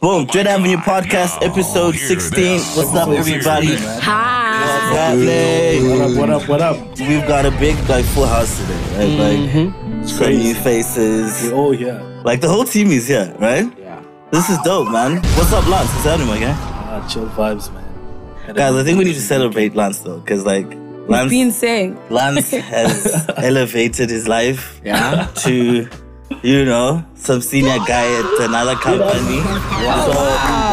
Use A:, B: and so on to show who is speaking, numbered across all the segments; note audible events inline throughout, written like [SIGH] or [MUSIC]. A: Boom, Dread Avenue Podcast, episode 16. What's up, everybody?
B: Hi.
A: What's happening?
C: What up, what up, what up?
A: We've got a big, like, full house today, right? Like, some new faces.
C: We're all here.
A: Like, the whole team is here, right?
C: Yeah.
A: This is dope, man. What's up, Lance? What's happening, my guy?
C: Ah, chill vibes, man. And
A: Guys, I
C: then-
A: think we need to celebrate Lance, though, because, like, Lance,
B: Being saying.
A: Lance
D: [LAUGHS]
A: has elevated his life
D: Yeah.
A: to, you know, some senior guy at another company. So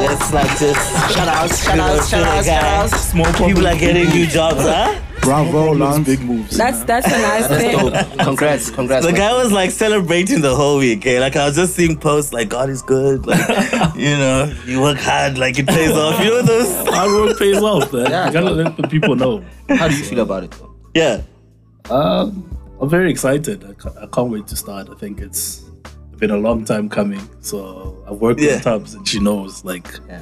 A: let's not just
D: Shout outs, shout
A: you know,
D: outs,
A: feel
D: shout outs,
A: like,
D: shout
A: ah,
D: outs.
A: Small people are getting new jobs,
D: [LAUGHS]
A: huh?
E: Bravo, Lance.
C: big moves.
B: That's that's a nice
D: Oh,
B: thing.
D: congrats, congrats.
A: The
D: man.
A: guy was like celebrating the whole week. Eh? Like I was just seeing posts like God is good.
D: [LAUGHS]
A: Like you know, you work hard, like it pays off. You know those. [LAUGHS]
C: Hard work pays off, man.
D: Yeah.
C: You gotta let the people know.
D: How do you feel about it? though?
A: Yeah.
C: Um, I'm very excited. I can't, I can't wait to start. I think it's been a long time coming. So I've worked
A: Yeah.
C: with Tubbs and she knows, like,
D: Yeah.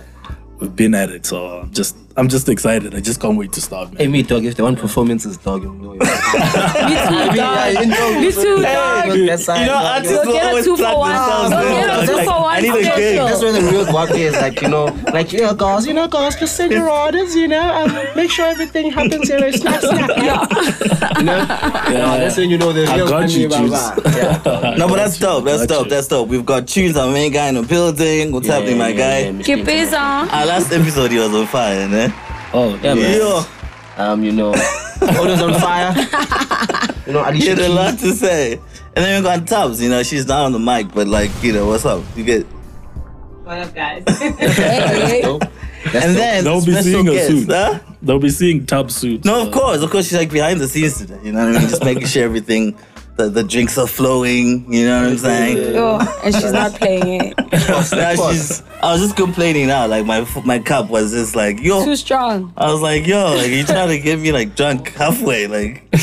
C: we've been at it. So I'm just, I'm just excited. I just can't wait to start,
D: Hey,
C: man.
D: me, dog. If the one performance is dog, you [LAUGHS] know.
B: Me too,
D: yeah,
B: dog.
D: you know.
B: Me too,
D: Hey,
B: dog.
D: look, that's how
A: you know,
D: I dog,
A: artists
D: you
B: You'll
A: will
B: get a
A: always
B: two for
A: plug
B: one.
A: themselves.
B: You'll
A: in.
B: get a
A: I was
B: two
A: like,
B: for
A: I
B: one
A: need a
B: special.
A: gig.
D: That's where the real guap is, like you know, like yeah, guys, you know, guys, just send your orders, you know, um, make sure everything happens here. Snap, snap, yeah. you know, yeah, that's when you know the
C: I
D: real.
C: got you,
D: Kanye
C: Juice. [LAUGHS]
D: Baba. Yeah, dog.
A: No, but that's dope. That's
C: Gotcha.
A: dope. That's dope. We've got tunes. Our main guy in the building. What's happening, my guy?
D: yeah, Mr.
B: Keep it on.
A: Our last episode, he was on fire, man.
C: Oh,
D: Yeah, man.
A: Yo,
D: Um, you know, orders on [LAUGHS] fire. You
C: [LAUGHS]
D: know,
A: he
D: Alicia
A: had a
D: Keys.
A: lot to say. And then we got Tubbs. You know, she's not on the mic, but like, you know, what's up? You get.
F: What up, guys?
B: Hey, hey.
D: Dope. That's
A: And
D: dope.
A: then
C: They'll be
A: special
C: seeing us
A: guest,
C: soon.
A: huh?
C: They'll be seeing Tubbs uh, soon.
A: No,
C: so-
A: of course, of course. She's like behind the scenes today. You know what I mean? Just making sure everything, the, the drinks are flowing. You know what I'm saying?
B: Oh, and she's not playing it.
A: Now she's. I was just complaining now. Like my f- my cup was just like yo.
B: Too strong.
A: I was like yo, like you trying to get me like drunk halfway, like.
C: [LAUGHS]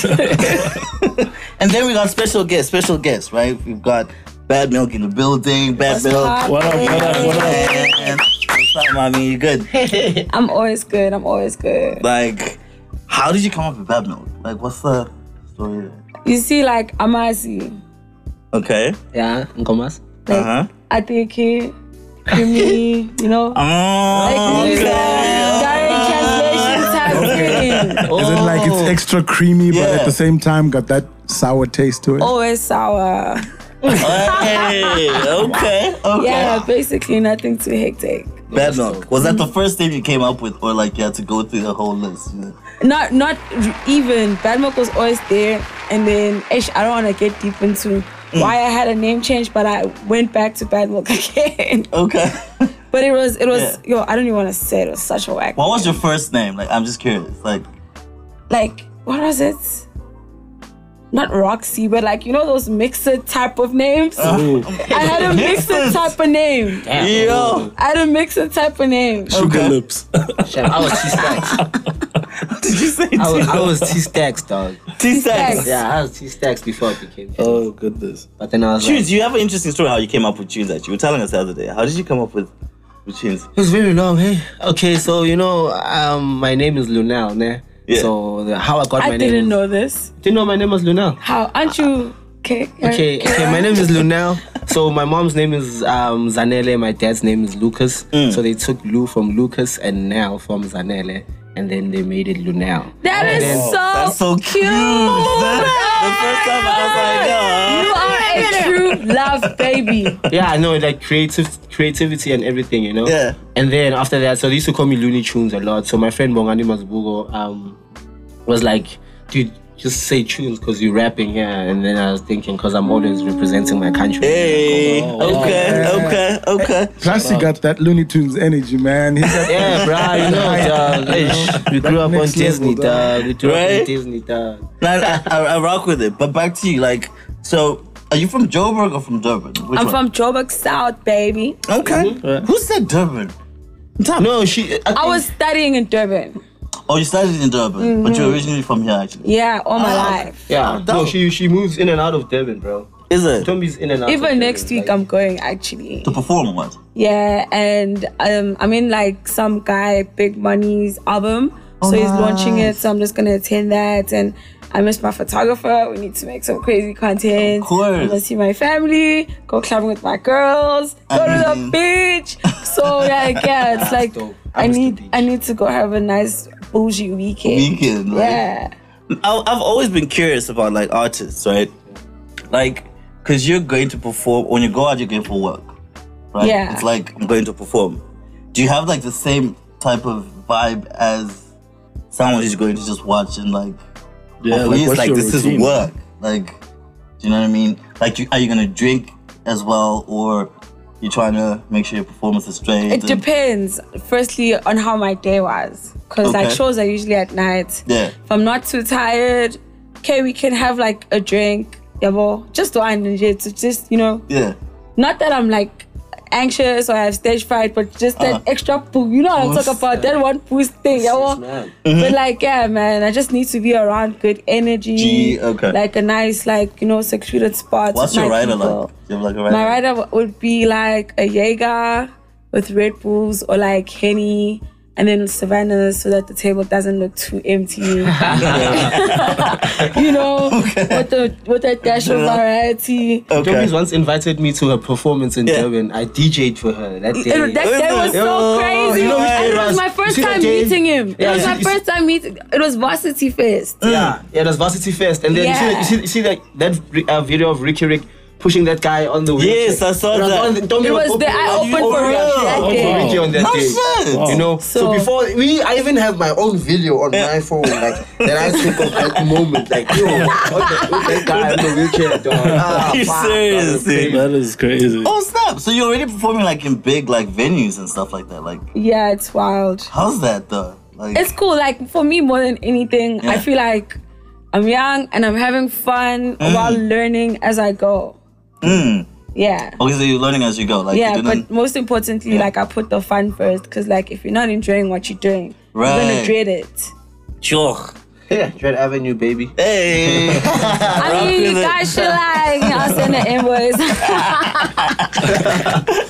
A: and then we got special guests, special guests, right? We've got Bad Milk in the building. Bad Milk.
C: What up, what up, what up?
A: Man, What's up, mommy? You good?
B: I'm always good. I'm always good.
A: Like, how did you come up with Bad Milk? Like, what's the story? there?
B: You see, like Amasi,
A: Okay.
D: [LAUGHS] yeah, Ngomas.
A: Uh huh.
B: Ateke, Kimi, you know.
A: Oh,
B: Like, it's, uh,
A: okay.
B: direct translation type thing.
E: Is it like
B: Oh.
E: it's extra creamy, but
A: Yeah.
E: at the same time got that sour taste to it?
B: Always sour.
A: Hey, okay, okay.
B: Yeah, basically nothing too hectic.
A: Bad milk. Was that the first thing you came up with, or like you had to go through the whole list? you know?
B: not not even bad milk was always there and then ish i don't want to get deep into
A: Mm.
B: why i had a name change but i went back to bad milk [LAUGHS] again
A: Okay.
B: but it was it was
A: Yeah.
B: yo i don't even want to say it, it was such a whack
A: What was your first name? Like, I'm just curious. Like,
B: like what was it not roxy but like you know those mixer type of names
D: Mm.
B: i had
A: [LAUGHS]
B: a mixer
A: Uh-huh. Mixers.
B: type of name
A: yo, [LAUGHS]
B: i had a mixer type of name
C: Sugar
A: Okay. Oh,
C: lips. [LAUGHS]
D: Sham, oh, I was T Stacks.
A: did you say
D: I was, I was T Stacks, dog.
A: [LAUGHS] T Sex?
B: T-Sex.
D: Yeah, I was T Stacks before I became.
C: oh, goodness.
D: But then I was like,
A: Tunes. You have an interesting story how you came up with tunes. Actually, you were telling us the other day. How did you come up with with tunes?
D: It was very long, hey. Okay, so you know, um, my name is Lunel, ne?
A: Yeah.
D: So the, how I got
B: i
D: my name?
B: didn't
D: is-
B: know this
D: Do you know my name was Lunel?
B: how aren't you okay
D: Okay, okay. My name is Lunel. So my mom's name is um, Zanele. My dad's name is Lucas. So they took Lu from Lucas and Nel from Zanele, and then they made it Lunel.
B: that is
D: Oh,
B: so
A: That's so cute.
B: cute.
A: the first time I was like, "Oh,
B: You are a true love baby.
D: Yeah, I know, like creative creativity and everything, you know.
A: Yeah.
D: And then after that, so they used to call me Looney Tunes a lot. So my friend Bongani Masbugo um, was like, dude, just say tunes because you're rapping, yeah. And then I was thinking, because I'm always representing my country.
A: yo. Hey. Okay. Okay. Okay.
E: Plus, he got that Looney Tunes energy, man. He
B: [LAUGHS]
E: got
D: Yeah, bruh, you
A: [LAUGHS]
D: know, dog. Hey, sh- we grew up on
E: next level,
D: Disney,
E: dog.
D: dog. We grew up
A: Right?
D: on Disney, dog.
A: Man, I, I, I rock with it. But back to you, like, so are you from Joburg or from Durban? Which
B: I'm
A: one?
B: from Joburg South, baby.
A: Okay. Who said Durban?
D: No, she. I,
B: I was studying in Durban.
A: Oh, you studied in Durban, but
B: Mm-hmm.
A: you're originally from here, actually.
B: Yeah, all my life.
D: Yeah, no, she she moves in and out of Devon, bro.
A: Is it
D: Tombi's in and out. of
B: Even
D: Durban,
B: next week,
D: like-
B: I'm going actually.
A: to perform or what?
B: Yeah, and um, I'm in like some guy Big Money's album, so he's launching it. So I'm just gonna attend that, and I miss my photographer. We need to make some crazy content.
A: Of course.
B: I wanna see my family. Go clubbing with my girls. Go to the beach. So like yeah, it's like
D: dope. I
B: I
D: miss the
B: need
D: beach.
B: I need to go have a nice bougie weekend.
A: Weekend, right?
B: Yeah.
A: I- I've always been curious about like artists, right? Like, cause you're going to perform when you go out, you're going for work, right?
B: Yeah.
A: It's like I'm going to perform. Do you have like the same type of vibe as someone who's going to just watch and like?
C: Yeah,
A: for
C: like,
A: you,
C: what's
A: it's like
C: your
A: this
C: routine?
A: is
C: [LAUGHS]
A: work. Like, do you know what I mean? Like, you, are you gonna drink as well, or you're trying to make sure your performance is straight?
B: It
A: and-
B: depends, firstly, on how my day was. Because, like,
A: Okay.
B: shows are usually at night.
A: Yeah.
B: If I'm not too tired, okay, we can have, like, a drink, yabo. Just wine and shit. So just, you know,
A: Yeah.
B: not that I'm, like, anxious or I have stage fright, but just that
A: Uh-huh.
B: extra boost. You know what I'm talking
A: Boost,
B: about? That one boost thing, yabo.
D: man.
B: But,
A: Mm-hmm.
B: like, yeah, man, I just need to be around good energy.
A: Gee, okay.
B: Like, a nice, like, you know, secluded spot.
A: What's
B: with
A: your
B: my
A: rider
B: people.
A: like? Do you have like a rider?
B: My rider w- would be like a Jaeger with Red Bulls or like Henny and then Savannah so that the table doesn't look too empty.
D: [LAUGHS]
B: [LAUGHS] you know, with, the, with a dash of variety.
A: Okay.
D: Joby's once invited me to her performance in
A: Yeah.
D: Durban. I DJ'd for her that day.
B: It, that day was so
D: Yo,
B: crazy.
D: you know,
B: and it
D: it
B: was
D: was-
B: my
D: you
B: first
D: see that
B: time
D: day?
B: meeting him.
D: Yeah,
B: it was
D: you
B: my
D: see- you
B: first time meeting. It was Varsity Fest.
D: Yeah, yeah, that's Varsity Fest. And then
B: Yeah.
D: you see, you see, you see that, that re- uh, video of Ricky Rick pushing that guy on the wheelchair.
A: Yes, I saw
D: It was
A: that.
D: on the- Tommy
B: It was the I opened for
D: opened
B: Ricky that
D: opened
B: day.
D: for Ricky on that
A: No
D: day.
A: Oh, shit.
D: You know, so,
B: So-
D: before we, I even have my own video on my phone, like that I think of that moment, like yo, what the, what that guy on the wheelchair, dog.
A: [LAUGHS]
D: Ah,
A: Are you
D: fuck,
A: serious,
D: that was crazy.
A: dude?
C: That is crazy.
A: Oh snap! So you're already performing like in big like venues and stuff like that. Like,
B: Yeah, it's wild.
A: how's that though? Like,
B: it's cool. Like for me, more than anything, I
A: Yeah.
B: feel like I'm young and I'm having fun while learning as I go.
A: mm.
B: Yeah.
A: okay, so you're learning as you go. Like,
B: Yeah,
A: you
B: but
A: didn't,
B: most importantly,
A: Yeah.
B: like I put the fun first because, like, if you're not enjoying what you're doing, you're gonna
A: Right.
B: dread it.
A: sure.
D: Yeah, Dread Avenue, baby.
A: Hey, [LAUGHS]
B: I mean, you
A: with it.
B: guys should like, I'll send an invoice.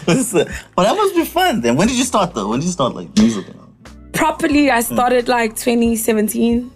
A: Listen, but that must be fun. Then, when did you start though? When did you start like music? and all?
B: Properly, I started like 2017.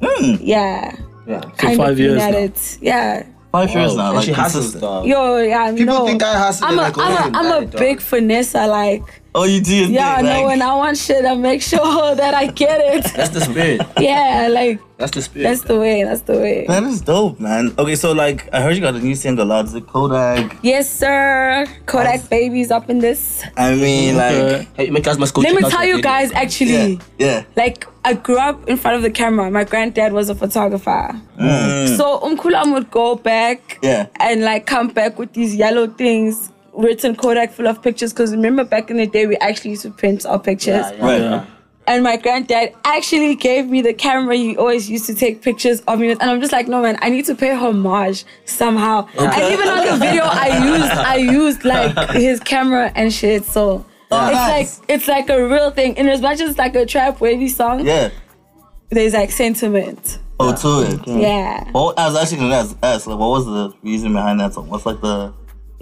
A: Mm,
B: Yeah,
D: Yeah.
B: kind
C: five
B: of been
C: years
B: at
C: now.
B: it. Yeah,
A: five years now.
D: And
A: Like,
D: she hustles,
A: consistent.
D: dog.
B: yo, yeah,
D: People
B: no.
D: think I hustle.
B: I'm a,
D: they're
B: I'm
D: like, oh,
B: a,
D: you
B: I'm a
D: die, dog.
B: big finesse. Like,
A: Oh, you do. your
B: Yeah,
A: thing,
B: no,
A: like,
B: when I want shit, I make sure [LAUGHS] that I get it. [LAUGHS]
D: That's the spirit.
B: yeah, like
D: That's the spirit.
B: that's the way. That's the way.
A: That is dope, man. Okay, so like, I heard you got a new single out. Is it Kodak?
B: Yes, sir. Kodak babies up in this.
A: I mean, like,
D: Hey, my guys must go
B: Let
D: check
B: me
D: out
B: tell
D: the
B: you
D: video.
B: guys, actually,
A: yeah, yeah.
B: like I grew up in front of the camera. My granddad was a photographer,
A: Mm.
B: so Umkulam would go back
A: Yeah.
B: and like come back with these yellow things. Written Kodak full of pictures because remember back in the day we actually used to print our pictures.
D: Yeah, yeah,
A: Right.
D: yeah.
B: And my granddad actually gave me the camera he always used to take pictures of me with. And I'm just like, no man, I need to pay homage somehow. And even on the video I used I used like his camera and shit. So it's
A: Oh, nice.
B: like it's like a real thing. And as much as it's like a trap wavy song,
A: yeah.
B: there's like sentiment.
A: Oh, to it.
B: Yeah.
A: Well, I was actually gonna ask, ask like, what was the reason behind that song? What's like
B: [LAUGHS]
A: the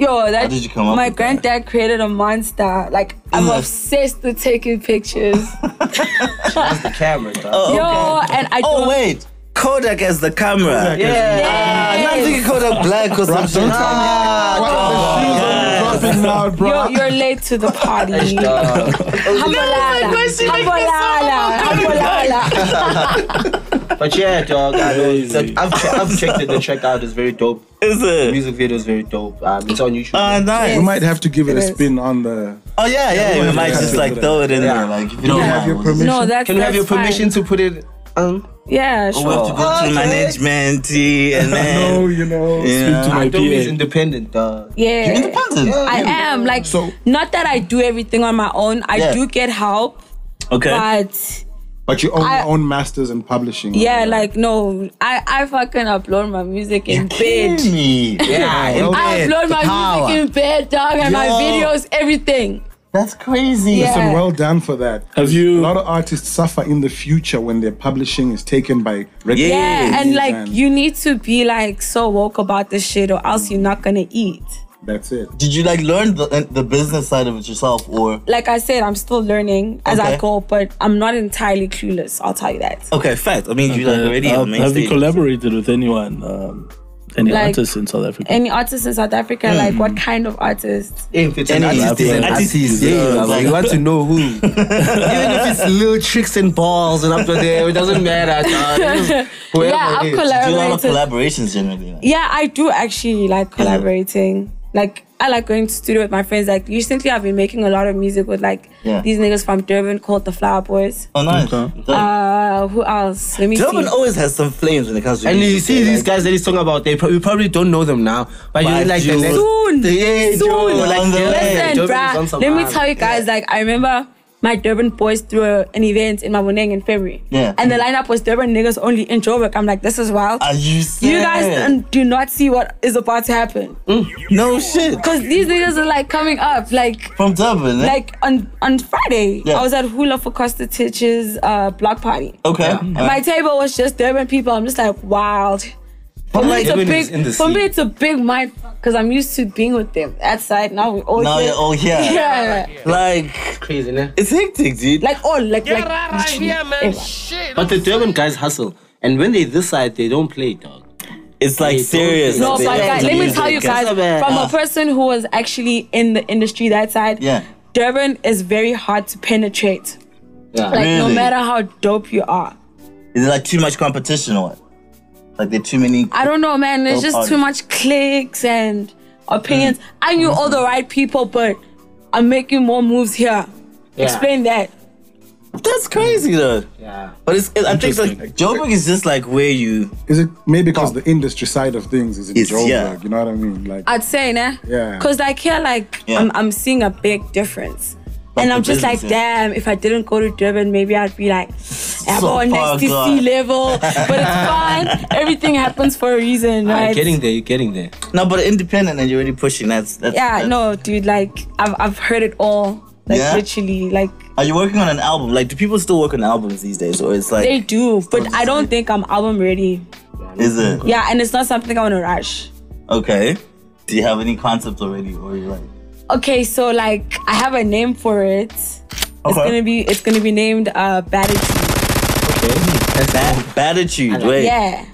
B: Yo, that
A: did you come up
B: my
A: with that?
B: granddad created a monster. Like I'm
A: Ugh.
B: obsessed with taking
A: [LAUGHS]
B: pictures.
D: That's the camera, dog.
B: Oh. Yo, and I
A: Oh
B: don't-
A: wait, Kodak as the camera. Yeah. Ah, now I'm thinking Kodak Black or something. Oh,
E: Don't tell me
D: Ah,
A: God.
E: what the shoes are dropping now,
B: Yo,
E: bro.
B: you're late to the
A: [LAUGHS]
B: party.
D: Dog.
B: Hambolala. Hambolala. Hambolala.
D: But yeah, dog, I know.
C: Crazy.
D: I've, che- I've checked it. The check out is very dope.
A: Is
D: The
A: it?
D: music video is very dope. Um, it's on YouTube.
A: Ah, nice.
E: We might have to give it a
B: It is.
E: spin on the.
A: Oh yeah, yeah. We
E: Yeah.
A: might just like throw it in
D: Yeah.
A: there, like if you don't
B: Yeah.
A: mind,
E: Have your
A: we'll just-
E: permission.
B: No, that's
D: Can we have your
B: that's
D: permission
B: fine.
D: to put it? Um,
B: Yeah,
A: Oh, We'll have to
B: sure.
A: go
D: Okay.
A: through management and
E: No,
A: then
E: you know.
A: Yeah.
C: Speak to my
D: Adobe is
C: PA.
D: independent, dog.
A: you're
B: Yeah.
A: independent.
B: I am like
E: So-
B: not that I do everything on my own. I
A: Yeah.
B: do get help,
A: Okay.
B: but
E: But you own
B: I-
E: your own masters and publishing.
B: yeah, like no, I I fucking upload my music in bed.
A: Kill me.
D: Yeah,
A: in
B: I
A: bed,
B: upload
A: the
B: my
A: power.
B: music in bed, dog, and my
A: Yo.
B: videos, everything.
A: That's crazy.
B: Yeah.
E: Listen, well done for that.
C: Have
E: A
C: you?
E: lot of artists suffer in the future when their publishing is taken by record
A: Yeah,
B: Yeah,
E: companies
B: and like you need to be like so woke about this shit, or else you're not gonna eat.
E: That's it.
A: Did you like learn the, the business side of it yourself, or
B: Like I said, I'm still learning as I
A: Okay.
B: go, but I'm not entirely clueless. I'll tell you that.
A: okay, fact. I mean, you like already
C: Uh,
A: have,
C: have, you collaborated with anyone, um, any
B: Like-
C: artists in South Africa?
B: Any artists in South Africa? Like
D: Hmm.
B: what kind of artists?
D: If it's
A: Any
D: an
A: artist,
D: artist, then
A: yeah.
D: artist,
A: Artist,
D: yeah,
A: yeah,
D: like,
A: like-
D: you want to know who. Even if it's little tricks and balls and up to there, it doesn't matter. dog. It's [LAUGHS]
B: [LAUGHS]
D: Whoever
B: yeah,
D: it
B: I've
D: is.
A: do a lot of
B: collaborated.
A: collaborations generally. Like.
B: yeah, I do actually like collaborating. Like I like going to studio with my friends. Like recently, I've been making a lot of music with like
A: Yeah.
B: these niggas from Durban called the Flower Boys.
A: Oh, nice.
C: Okay.
A: Dope.
B: Uh, who else? Let me
A: Durban
B: see.
A: always has some flames when it comes to
D: And you
A: music,
D: see
A: yeah,
D: these
A: like-
D: guys that he's talking about, they pro- you probably don't know them now, but you
A: But
D: like the
A: you-
D: next.
B: Soon,
D: Yeah,
B: soon.
D: Joe, like,
A: On the
D: yeah,
A: way.
B: Listen,
D: Joe Biden
B: bruh,
D: on
B: let me
D: some
B: tell you guys, like, I remember my Durban boys threw a- an event in Maboneng in February.
A: Yeah.
B: And the lineup was Durban niggas only in Joburg. I'm like, this is wild.
A: Are you
B: you guys
A: serious?
B: um, do not see what is about to happen.
A: no shit
B: Because these niggas are like coming up. Like,
A: from Durban. eh?
B: like on, on Friday,
A: Yeah.
B: I was at Hula for Costa Titch's uh, block party.
A: okay,
B: And my table was just Durban people. I'm just like, wild. For
A: But
B: me,
A: like,
B: it's a
D: Durban
B: big,
D: is in the
B: for me,
D: sea.
B: it's a big mind because I'm used to being with them outside. Now we all
A: now
B: here.
A: you're all here.
B: [LAUGHS] yeah.
A: Like
D: Crazy, né?
A: it's hectic, dude.
B: like all like like literally everyone.
D: But the Durban guys hustle, and when they this side, they don't play, dog.
A: it's like
D: Hey,
A: serious.
B: no,
A: like,
B: but
A: they have
B: guys,
A: to
B: let me
A: use
B: tell
A: it,
B: you
A: guys. Uh-huh.
B: guys, from a person who was actually in the industry that side,
A: Yeah.
B: Durban is very hard to penetrate.
D: Yeah.
B: Like no
A: Really?
B: matter how dope you are,
A: Is it like too much competition or what? Like there are too many.
B: I don't know, man. There's
A: Dope Mm.
B: just too much clicks and opinions. I knew all the right people, but I'm making more moves here.
D: Yeah.
B: Explain that.
A: That's crazy though.
D: Yeah.
A: But it's, it, I think like Joburg is just like where you.
E: Is it maybe because the industry side of things is in
A: It's-
E: Joburg?
A: yeah.
E: You know what I mean? Like
B: I'd say, nah.
E: Yeah.
B: Cause like here, like
A: Yeah.
B: I'm, I'm seeing a big difference. and
A: the
B: I'm just like,
A: business, yeah.
B: damn, if I didn't go to Durban, maybe I'd
A: [LAUGHS]
B: be like, I'm
A: So
B: on
A: far
B: next to C
A: gone.
B: level.
A: [LAUGHS]
B: But it's fine. Everything happens for a reason,
D: You're
B: right?
D: getting there, you're getting there.
A: No, but independent and you're already pushing. That's that's.
B: yeah,
A: that's-
B: no, dude, like I've I've heard it all. Like
A: Yeah?
B: literally, like
A: Are you working on an album? Like, do people still work on albums these days, or it's like,
B: they do, but I don't think I'm album ready.
A: is it
B: Yeah, and it's not something I want to rush.
A: okay? Do you have any concept already, or you like?
B: Okay, so like I have a name for it. It's
A: Okay.
B: gonna be it's gonna be named uh Bad
A: Bad, bad attitude. Wait.
B: Yeah.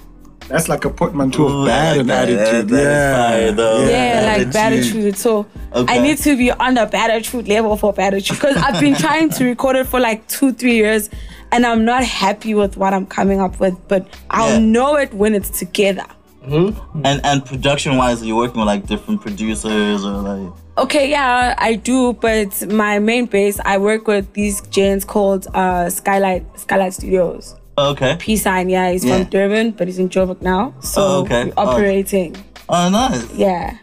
E: that's like a portmanteau
A: Ooh,
E: of bad
A: I
E: and
A: like that.
E: attitude.
A: That is
E: yeah.
A: fire, though.
B: Yeah, like
A: Bad
B: bad
A: attitude.
B: attitude. So
A: Okay.
B: I need to be on the bad attitude level for bad attitude because I've been trying to record it for like two, three years, and I'm not happy with what I'm coming up with. But I'll
A: Yeah.
B: know it when it's together.
A: And and production wise, are you working with like different producers or like?
B: Okay, yeah, I do, but my main base, I work with these gents called uh, Skylight Skylight Studios.
A: oh, Okay.
B: Peace sign, yeah, he's
A: Yeah.
B: from Durban, but he's in Joburg now. So
A: Oh, okay.
B: we're
A: Oh.
B: operating,
A: Oh, nice.
B: yeah.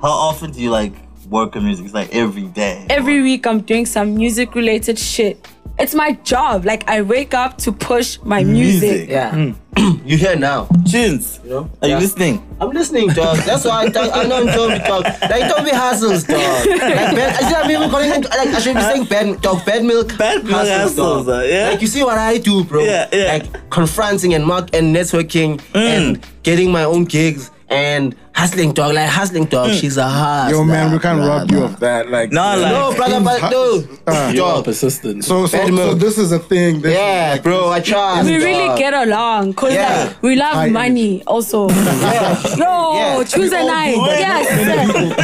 A: How often do you like work on music? It's like every day.
B: every week I'm doing some music related shit. It's my job. Like I wake up to push my music.
D: Yeah. [CLEARS THROAT] you here now.
A: Chins,
D: Hmm. You know?
A: are
D: Yeah.
A: you listening?
D: I'm listening, dog. That's why I, talk, I know Toby, dog. Like Toby hustles, dog. Like bad, I should have been calling him. Like I should be saying bad, dog. Bad milk.
A: Bad milk hustles, uh, yeah.
D: Like you see what I do, bro.
A: Yeah, yeah.
D: Like confronting and mark and networking and getting my own gigs and hustling, dog. Like hustling, dog. She's a hustler.
E: Hmm. Yo, man, we can't
D: blah,
E: rob you
D: blah.
E: of that. Like,
A: Nah, like-
D: No, brother, but no.
E: Uh,
C: You are
D: Dog.
C: persistent.
E: so, so,
D: Bad
E: so
D: milk.
E: this is a thing. This is
D: Yeah,
E: like,
D: bro. I try.
B: We really get along because
D: Yeah.
B: like, we love
E: High
B: money also. Yo,
D: Yeah.
B: Tuesday night. Yes.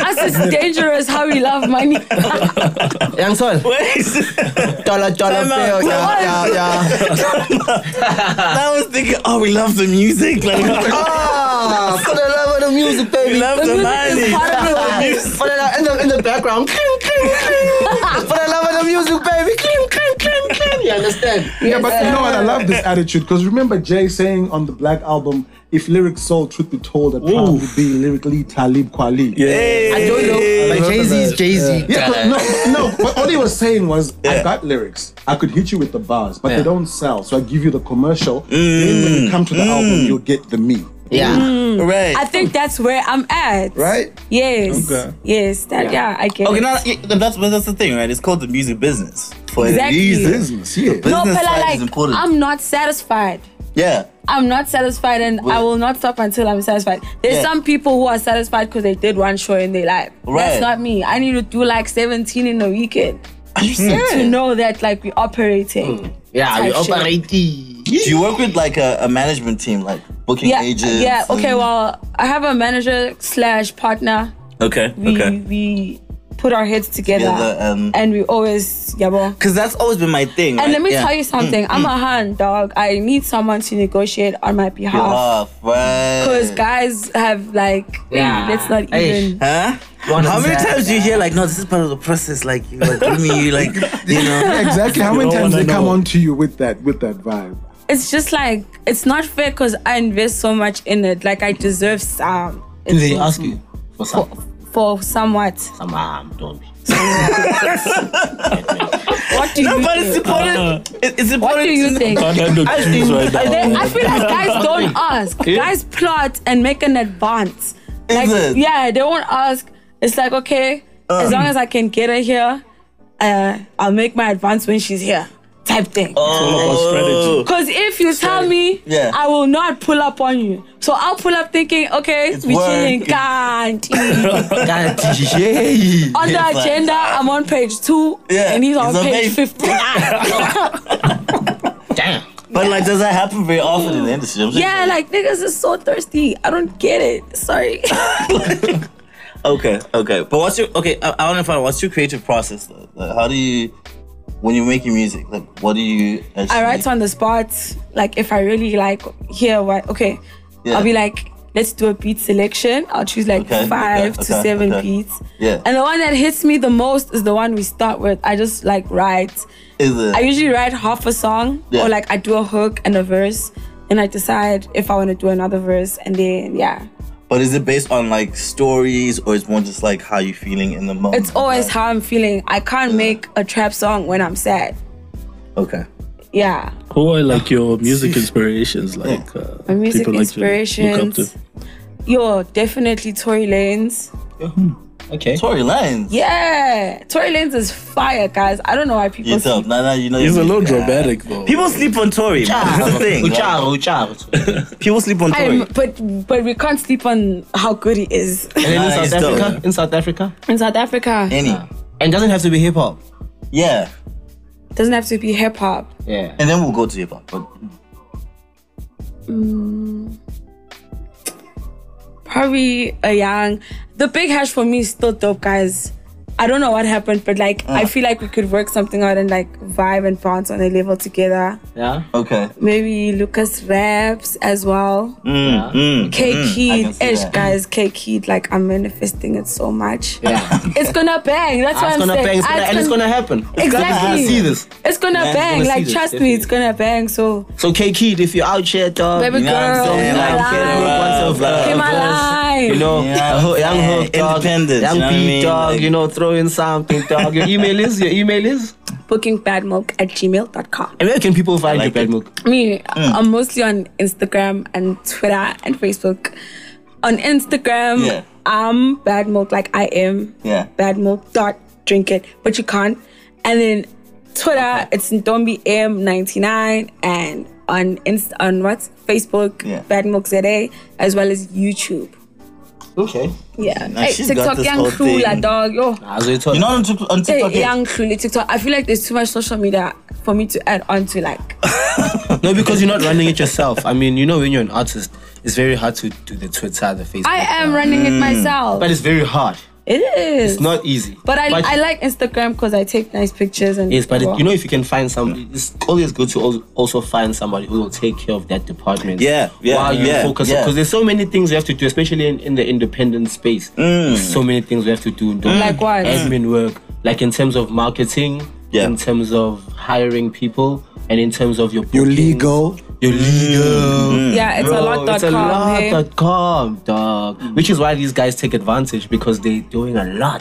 B: Us is dangerous how we love money. [LAUGHS]
D: Young son.
A: [LAUGHS] Wait,
D: Dollar, dollar
A: Time
D: bill.
A: out.
D: Yeah, yeah,
B: [LAUGHS]
D: yeah.
A: I was thinking, oh, we love the music. Like,
D: Ah, for the love of the music,
C: [LAUGHS]
D: baby.
A: we love the
B: music
A: money.
B: is part of the
A: [LAUGHS]
D: Ah, for the love, in the in the background, cling, cling, cling. for the love of the music, baby, cling, cling, cling, cling. You understand?
E: Yeah, but you know what? I love this attitude because remember Jay saying on the Black album, if lyrics sold, truth be told, that Trump would be lyrically Talib Kweli.
A: Hey.
D: I don't know, but Jay Z is Jay Z.
E: Yeah, but no, no. But all he was saying was, I got lyrics. I could hit you with the bars, but
D: Yeah.
E: they don't sell. So I give you the commercial. Then
A: Mm.
E: when you come to the album, you'll get the me.
D: Yeah.
A: Right.
B: I think that's where I'm at.
E: Right?
B: Yes.
E: Okay.
B: Yes. That yeah, I get
A: Okay,
B: it.
A: now yeah, that's but that's the thing, right? It's called the music business for
B: Exactly.
A: a reason.
E: Business, yeah.
B: no,
A: business
B: but
A: side is
B: like
A: important.
B: I'm not satisfied.
A: Yeah.
B: I'm not satisfied and I
A: Well-
B: will not stop until I'm satisfied. There's
A: Yeah.
B: some people who are satisfied because they did one show in their life.
A: Right.
B: That's not me. I need to do like 17 in a weekend
A: Are you
B: to know that like we're operating.
A: Hmm.
D: Yeah, we
B: Type shit.
D: operate.
A: Do you work with like a, a management team, like booking
B: Yeah,
A: agents?
B: yeah. Okay,
A: and-
B: well, I have a manager slash partner.
A: Okay.
B: We
A: okay.
B: we put our heads together,
A: Together um, and-
B: and we always yabo.
A: Because that's always been my thing.
B: And
A: right?
B: let me
A: Yeah.
B: tell you something. I'm a hand dog. I need someone to negotiate on my behalf.
A: Off, right.
B: Because guys have like,
D: Yeah.
B: let's not
D: Hey.
B: even.
A: Huh?
D: One
A: How
D: is
A: many
D: that.
A: times do you hear like, no, this is part of the process, like you like give me, [LAUGHS] you like, you know?
E: [LAUGHS] Exactly. How many
C: don't
E: times they
C: wanna
E: come
C: know.
E: on to you with that with that vibe?
B: It's just like it's not fair because I invest so much in it. Like I deserve some.
D: Do they ask you for some?
B: For somewhat.
D: Some um, don't [LAUGHS] be.
B: What
D: [LAUGHS]
B: do you
A: But
B: think?
A: it's important. it- it's important.
B: What do you
A: to know-
B: think?
C: Can't handle cheese right now.
B: [LAUGHS] Then
A: Oh.
B: I feel like
A: [LAUGHS]
B: guys don't ask. Guys plot and make an advance. Like,
A: it? Um.
B: Yeah, they won't ask. It's like okay, as long as I can get her here, uh, I'll make my advance when she's here, type thing.
C: All about strategy.
B: Because if you tell me,
A: Oh. Yeah.
B: I will not pull up on you. So I'll pull up thinking, okay, we
A: work.
B: chilling,
A: [LAUGHS]
B: can't.
D: God, yay.
B: on the
A: It's like-
B: agenda, I'm on page two,
A: Yeah,
B: and he's on
A: it's on
B: page
A: page- [LAUGHS]
B: 59.
D: Damn.
A: But like, does that happen very often in the industry? I'm just
B: [LAUGHS] yeah, like niggas is so thirsty. I don't get it. Sorry.
A: Okay, okay. But what's your okay? I, I want to find out what's your creative process though. Like, how do you when you're making music? Like, what do you? Actually,
B: I write on the spot. Like if I really like hear what okay,
A: Yeah.
B: I'll be like, let's do a beat selection. I'll choose like
A: Okay,
B: five
A: okay,
B: to
A: okay,
B: seven
A: okay.
B: beats.
A: Yeah.
B: And the one that hits me the most is the one we start with. I just like write.
A: Is it?
B: I usually write half a song
A: Yeah.
B: or like I do a hook and a verse and I decide if I want to do another verse and then yeah.
A: but is it based on like stories or is more just like how you feeling in the moment?
B: It's always
A: Like,
B: how I'm feeling. I can't make a trap song when I'm sad.
A: okay.
B: Yeah.
C: Who are like your
A: [LAUGHS]
C: music inspirations? Like uh,
B: My music
C: people
B: inspirations.
C: Like you look up to?
B: Yo, definitely Tory Lanez.
D: Okay.
A: Tory Lanez.
B: Yeah, Tory Lanez is fire, guys. I don't know why people.
A: You
B: sleep-
A: up. Nah, nah, you know.
C: He's a
A: you-
C: little
A: yeah.
C: dramatic though.
A: People sleep on Tory. man. That's the thing. Like,
D: Ucharo, Ucharo.
A: people sleep on Tory.
B: I'm- but but we can't sleep on how good he
D: [LAUGHS]
B: is
D: And then
A: Nah,
D: in
A: he's
D: South
A: dope.
D: Africa, in South Africa,
B: in South Africa.
A: Any.
D: and it doesn't have to be hip hop.
A: Yeah.
B: Doesn't have to be hip hop.
D: Yeah.
A: And then we'll go to hip hop. But
B: Probably a young. The big hash for me is still dope, guys. I don't know what happened, but like
D: Mm.
B: I feel like we could work something out and like vibe and bounce on a level together.
D: Yeah.
A: okay.
B: Maybe Lucas raps as well.
D: Mm-hmm.
A: Mm, mm.
B: K [LAUGHS]
A: I can
B: Kid,
A: see
B: ish
A: that.
B: guys, K Kid. Like I'm manifesting it so much.
D: Yeah.
B: It's gonna bang. That's what
D: It's
B: I'm
D: gonna
B: saying.
D: bang, it's
B: Ah,
D: gonna, and it's gonna happen.
B: Exactly.
D: I see this.
B: It's gonna
A: Man's
B: bang.
D: gonna see
B: like,
D: this,
B: trust me,
D: definitely.
B: it's gonna bang. So,
D: So K Kid, if you're out here, dog,
B: baby
A: You know what I'm
B: girl,
A: saying?
B: in
D: don't
A: Yeah,
B: my
A: I'm saying, bro.
B: life.
D: like it, look once
A: Love,
D: a black
A: love.
B: In my
D: voice, You
B: life.
D: know,
A: Yeah,
D: a hook- young
A: yeah,
D: hook, dog,
A: independence, you know
D: young
A: what I
D: beat,
A: mean?
D: dog.
A: Like-
D: You know, throw in something, dog. Your email is your email is.
B: Bookingbadmilk at gmail.com.
D: And where can people find
A: like
D: your
A: it.
D: bad milk?
B: Me,
A: Mm.
B: I'm mostly on Instagram and Twitter and Facebook. On Instagram,
A: Yeah.
B: I'm bad milk, like I am.
A: Yeah.
B: Bad milk dot drink it, but you can't. And then Twitter, it's Ndombi M99 and on Inst- on what? Facebook,
A: Yeah.
B: Bad Milk ZA, as well as YouTube.
D: Okay.
B: Yeah.
A: Nah,
B: hey,
A: she's got
B: TikTok,
A: this
B: young
A: whole
B: crew,
A: thing.
B: like dog, Oh. yo.
D: As we talk.
A: You're not on, Tik- on
B: Hey,
A: TikTok. yet?
B: young crew, like, TikTok. I feel like there's too much social media for me to add on to, like,
D: No, because you're not running it yourself. I mean, you know, when you're an artist, it's very hard to do the Twitter, the Facebook.
B: I am running it myself.
D: Hmm. But it's very hard.
B: it is.
D: It's not easy.
B: but I, I like Instagram because I take nice pictures and.
D: Yes, but it, you know, if you can find somebody, it's always good to al- also find somebody who will take care of that department.
A: Yeah, yeah,
D: While you
A: yeah,
D: focus,
A: yeah.
D: because there's so many things we have to do, especially in, in the independent space.
A: Mm.
D: There's so many things we have to do. Don't
B: Like what?
D: Admin work, like in terms of marketing,
A: Yeah.
D: in terms of hiring people, and in terms of your
E: You're
D: bookings,
E: legal.
D: Your legal.
B: yeah, it's a lot.
D: Bro,
B: Dot
D: it's a
B: com,
D: lot
B: hey?
D: dot com, dog. Which is why these guys take advantage because they're doing a lot.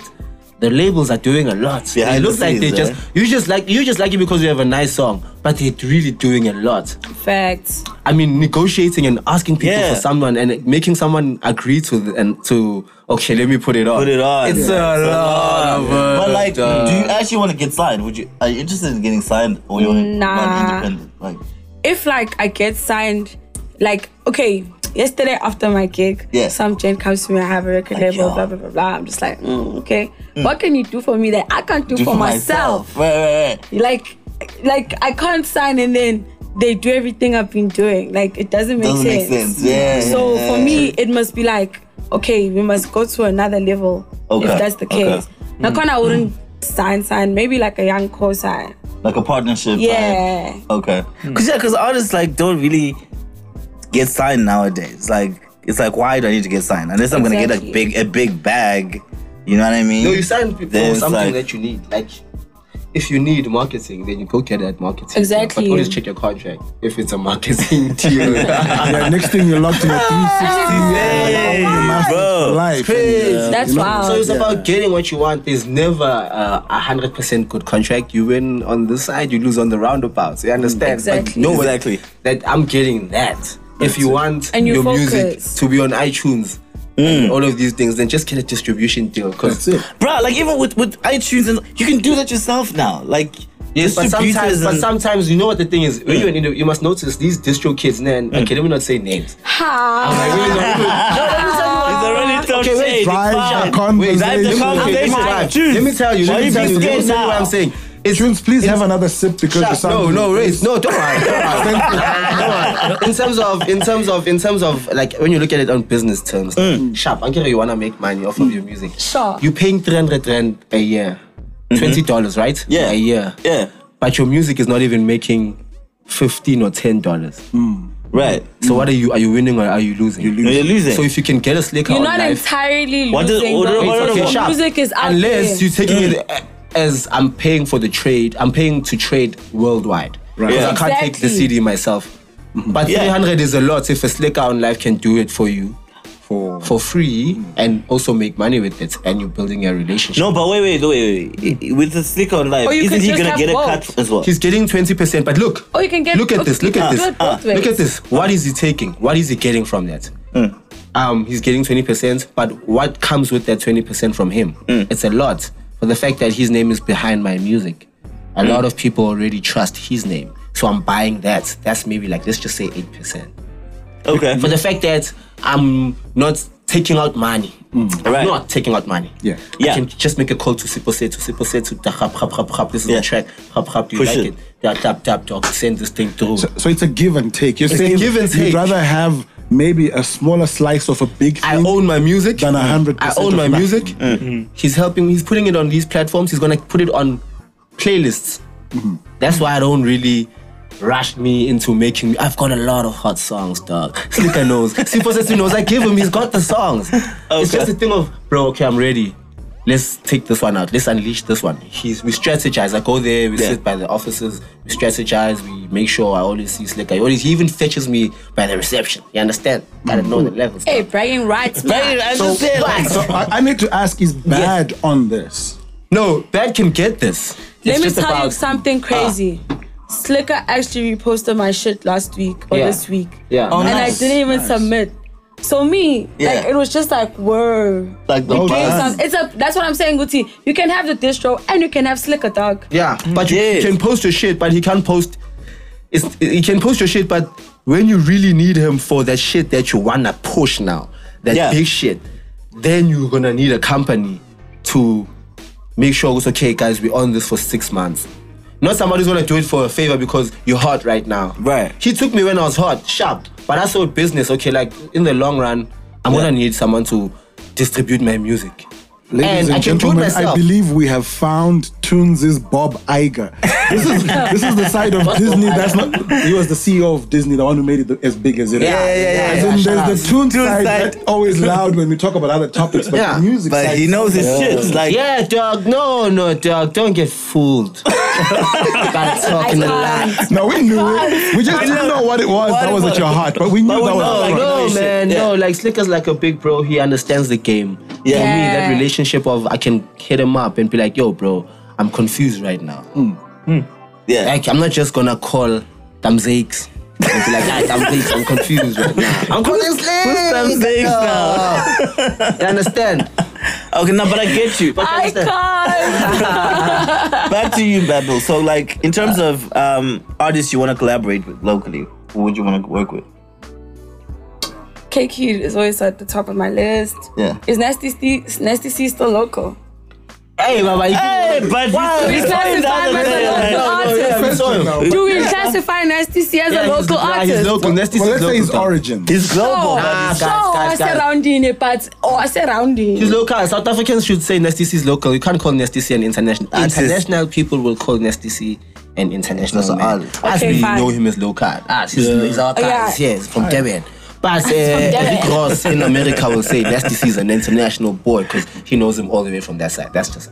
D: The labels are doing a lot.
A: Behind the
D: they look like they
A: scenes,
D: just
A: eh?
D: you just like you just like it because you have a nice song, but they're really doing a lot.
B: Facts.
D: I mean, negotiating and asking people
A: Yeah.
D: for someone and making someone agree to the, and to okay, let me put it on.
A: Put it on.
D: It's
A: Yeah.
D: a
A: It's a
D: lot.
A: lot.
D: bro,
A: But like,
D: dog.
A: do you actually want to get signed? Would you? Are you interested in getting signed or you want
B: Nah.
A: independent? Like,
B: if like I get signed, like okay, yesterday after my gig,
A: Yeah.
B: some gent comes to me, I have a record
A: Like,
B: label,
A: yo.
B: blah blah blah blah. I'm just like, mm, okay, what can you do for me that I can't do, for, myself?
A: Right, right, right.
B: Like, like I can't sign and then they do everything I've been doing. Like it doesn't make
A: Doesn't make
B: sense.
A: sense. Yeah.
B: So
A: yeah,
B: for
A: yeah.
B: me, it must be like, okay, we must go to another level
A: Okay,
B: if that's the
A: okay.
B: case.
D: Mm.
B: Now, kind I wouldn't sign, sign, maybe like a young co sign.
A: like a partnership. vibe.
B: Yeah.
A: Okay. Hmm. Cause yeah, cause artists like don't really get signed nowadays. Like it's like why do I need to get signed unless I'm gonna get a
B: Exactly.
A: big a big bag. You know what I mean?
D: No, you sign for
A: Then it's
D: something
A: like-
D: that you need. Like, if you need marketing, then you go get that marketing.
B: Exactly.
D: But always check your contract if it's a
E: [LAUGHS]
D: marketing deal.
E: yeah, next thing you're locked in a 360
A: Hey, bro.
E: oh, life.
D: Crazy.
B: That's wild.
D: So it's
E: Yeah.
D: about getting what you want. There's never uh, a hundred percent good contract. You win on this side, you lose on the roundabouts.
E: Mm.
D: You understand?
B: Exactly.
D: But no,
A: Exactly.
D: That I'm getting that. if you want
B: And you
D: your music
B: focus.
D: to be on iTunes, and all of these things, then just get a distribution deal. Because
E: Mm. That's it.
A: bro. Like even with with iTunes and you can do that yourself now. Like yes,
D: But sometimes, but
A: and,
D: sometimes you know what the thing is. When you're an interview, you must notice these distro kids. Then okay, let me not say names.
B: How?
D: Like, Hmm. [LAUGHS] let me not-
A: it's already tough
D: Okay, wait,
A: shade.
E: drive
A: It's
E: your
A: fine.
E: conversation.
A: drive the
D: let, me
A: conversation.
D: try.
A: Choose.
D: let me tell you.
A: Why
D: Let
A: you
D: me tell
A: be
D: you. Let me
A: scared
D: tell you what I'm
A: now?
D: saying. It's
E: Tunes, please
D: it's-
E: have another sip because you
D: Shut-
E: sound
D: no, no,
E: good.
D: Race, no, don't worry. [LAUGHS] Don't worry. Don't worry. In terms of, in terms of, in terms of, like when you look at it on business terms, sharp. I get you wanna make money off of your music.
B: Sure.
D: You're paying 300 rand a year, twenty dollars, right?
A: Yeah.
D: a year.
A: Yeah.
D: But your music is not even making fifteen or ten dollars.
A: Right.
D: So what are you? Are you winning or are you losing? You're
A: losing. You're losing.
D: So if you can get a slicker
B: You're
D: on
B: not
D: life,
B: entirely
A: What is-
B: losing.
A: what
B: but
A: is- what is-
B: your
A: okay,
D: sharp.
B: music is out
D: unless
B: there.
D: you're taking it a- as I'm paying for the trade, I'm paying to trade worldwide. Right.
A: Yeah.
D: I can't take the
B: Exactly.
D: CD myself. But
A: Yeah.
D: 300 is a lot. If a slicker on life can do it for you for for free and also make money with it, and you're building a relationship.
A: No, but wait, wait, wait, wait. I- With the slick on life,
B: Or you
A: isn't
B: could
A: he
B: just
A: gonna
B: have
A: get a
B: both.
A: cut as well?
D: He's getting 20%, but look.
B: Or Oh, you can get-
D: Look at
B: okay,
D: this, look
B: you
D: at
B: can
D: this.
B: do
D: Ah,
B: it both
D: Look at
B: ways.
D: this. What is he taking? What is he getting from that?
A: Hmm.
D: Um, he's getting 20%, but what comes with that 20% from him?
A: Hmm.
D: It's a lot. For the fact that his name is behind my music.
A: Hmm.
D: A lot of people already trust his name. So I'm buying that. That's maybe like let's just say 8%.
A: Okay.
D: For the fact that I'm not taking out money. I'm
A: Hmm. Right.
D: not taking out money.
E: Yeah.
A: Yeah.
D: I can just make a call to Sipose, to Sipose, to da- hap, hap, hap, hap. This is
A: Yeah.
D: the track. Hap, hap, do you
A: Push
D: like
A: it.
D: it? Da, tap, tap, dog. Send this thing through.
E: So, so it's a give and take. You're saying
D: give and
E: you'd
D: take.
E: rather have maybe a smaller slice of a big thing.
D: I own my music.
E: Than 100%
D: I own
E: of
D: my
E: life.
D: music. He's helping. He's putting it on these platforms. He's gonna put it on playlists.
A: Mm-hmm.
D: That's why I don't really rush me into making. I've got a lot of hot songs, dog.
A: [LAUGHS]
D: Slicker knows. Siposesi knows. I give him. He's got the songs. It's
A: Okay.
D: just a thing of bro. Okay, I'm ready. Let's take this one out. Let's unleash this one. He's we strategize. I go there. We
A: Yeah.
D: sit by the offices. We strategize. We make sure I always see Slicker. He always he even fetches me by the reception. You understand? Gotta know the levels.
B: Hey, bragging rights. man.
A: I
E: so, so I, I need to ask: Is bad on this?
D: No, Dad can get this.
B: Let
D: It's
B: me
D: just
B: tell you
D: about- Ah.
B: something crazy. Slicker actually reposted my shit last week or
D: Yeah. Oh,
B: this week.
D: Yeah.
B: and
A: nice.
B: I didn't even submit. So me, like
A: Yeah.
B: it was just like, whoa.
A: like the
B: Doing
A: buzz.
B: some- it's a that's what I'm saying, Guti. You can have the distro and you can have Slicker dog.
D: Yeah, but you
A: Yes.
D: you can post your shit, but he can't post. It's, he can post your shit, but when you really need him for that shit that you wanna push now, that
A: Yeah.
D: big shit, then you're gonna need a company to make sure it's okay, guys. We're on this for six months. Not somebody's gonna do it for a favor because you're hot right now.
A: Right.
D: He took me when I was hot, sharp. But I saw business, okay, like in the long run, I'm gonna need someone to distribute my music.
E: Ladies
D: I
E: and,
D: can do it
E: gentlemen, I
D: myself.
E: believe we have found Toons' Bob Iger. This is this is the side of Disney that's not. He was the CEO of Disney, the one who made it as big as it is.
D: Yeah, yeah, yeah, yeah,
E: As in,
D: yeah, shout
E: there's the Toon
A: side.
E: side, that always loud when we talk about other topics, but
D: Yeah.
E: the music.
A: But
E: side- [LAUGHS]
A: he knows his shit. It's Like
D: Yeah, dog. No, no, dog. Don't get fooled. Gotta talk in the
B: can't.
D: light.
E: No, we knew it. We just didn't know what it was
A: What
E: that
A: it
E: was
A: was.
E: at your heart, but we knew
A: But we
E: that
A: know,
E: was.
A: like,
E: front.
D: No,
A: shit,
D: man,
A: yeah.
D: no. Like Slicker's like a big bro. He understands the game.
A: Yeah.
D: For me,
B: Yeah.
D: that relationship of I can hit him up and be like, "Yo, bro, I'm confused right now.
A: yeah.
D: Like, I'm not just gonna call Damzakes and be like, "Nah, Damzakes, I'm
E: [LAUGHS]
D: confused right now. I'm calling Slick.
A: Who's some things now?
D: You understand?
A: Okay, no, but I get
B: [LAUGHS]
A: you.
B: I can't. [LAUGHS]
A: Back to you, Babel. So, like, in terms of um, artists you want to collaborate with locally, who would you want to work with?
B: KQ is always at the top of my list.
A: Yeah.
B: Is Nasty C, Nasty C still local?
D: Hey, Baba, you
A: Hey, but wow,
B: we classified myself as an artist. Do we classify Nasty C as a local artist? Oh.
D: He's local. Next
E: Well, let's say his
D: local. though.
E: origin.
A: He's global.
D: Nah,
A: but
D: guys,
B: So, I
D: guys,
B: say
D: guys.
B: rounding it, but oh, I say rounding.
D: He's local. South Africans should say Nasty C is local. You can't call Nasty C an international.
A: Artist.
D: International people will call Nasty C an international.
A: That's an
D: man.
A: artist.
D: As
B: Okay,
D: we
B: fine. Oh,
D: know him as local. Ah, he's, he's our
B: Yeah.
D: class. Yes, from Devon. But uh, Rick Ross in America will say Nasty C is an international boy because he knows him all the way from that side. That's just.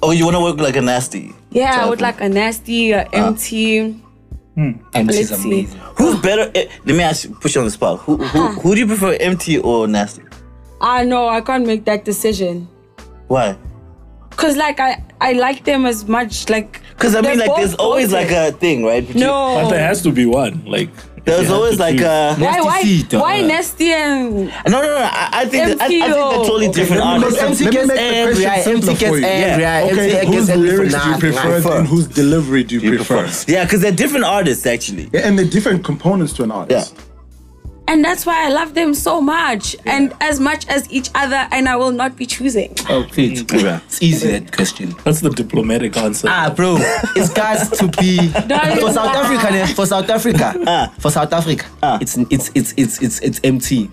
A: Oh, you want to work with, like a nasty?
B: yeah, I would like a Nasty,
A: Uh.
B: a MT.
D: And she's
B: Let's see.
D: amazing.
A: Who's better? eh, Let me ask you, push you on the spot. Who, who,
B: Uh-huh.
A: who do you prefer, MT or nasty?
B: I know I can't make that decision.
A: Why?
B: Cause like I, I like them as much like.
A: Because I
B: they're
A: mean, like,
B: both
A: there's always like
B: gorgeous.
A: a thing, right? But you-
B: No.
C: But there has to be one. Like if you
A: There's
C: had
A: always
C: to
A: like
C: choose.
A: a no,
B: Why,
D: Nasty
B: why,
D: C, though.
B: why Nasty and
A: no, no. I, I think that, I, I think
B: MTO.
A: they're totally different
E: let me
A: artists.
E: make
D: MC
E: Let me
D: gets
E: make the
D: angry.
E: question
D: I-
E: simpler
D: MC
E: for
D: gets
E: you.
D: angry. I- MC
E: Okay,
D: gets
E: whose
D: angry for
E: lyrics do you
D: nothing.
E: prefer and whose delivery do you, prefer?
A: Yeah, because they're different artists actually.
E: Yeah, and the different components to an artist.
B: and that's why I love them so much and as much as each other and I will not be choosing.
D: Oh, please.
B: [LAUGHS]
D: It's easy, that question.
C: That's the diplomatic answer.
D: Ah, bro, it's got to be
B: Don't-
D: for South Africa. eh, For South Africa, for South Africa, it's it's it's it's it's it's empty.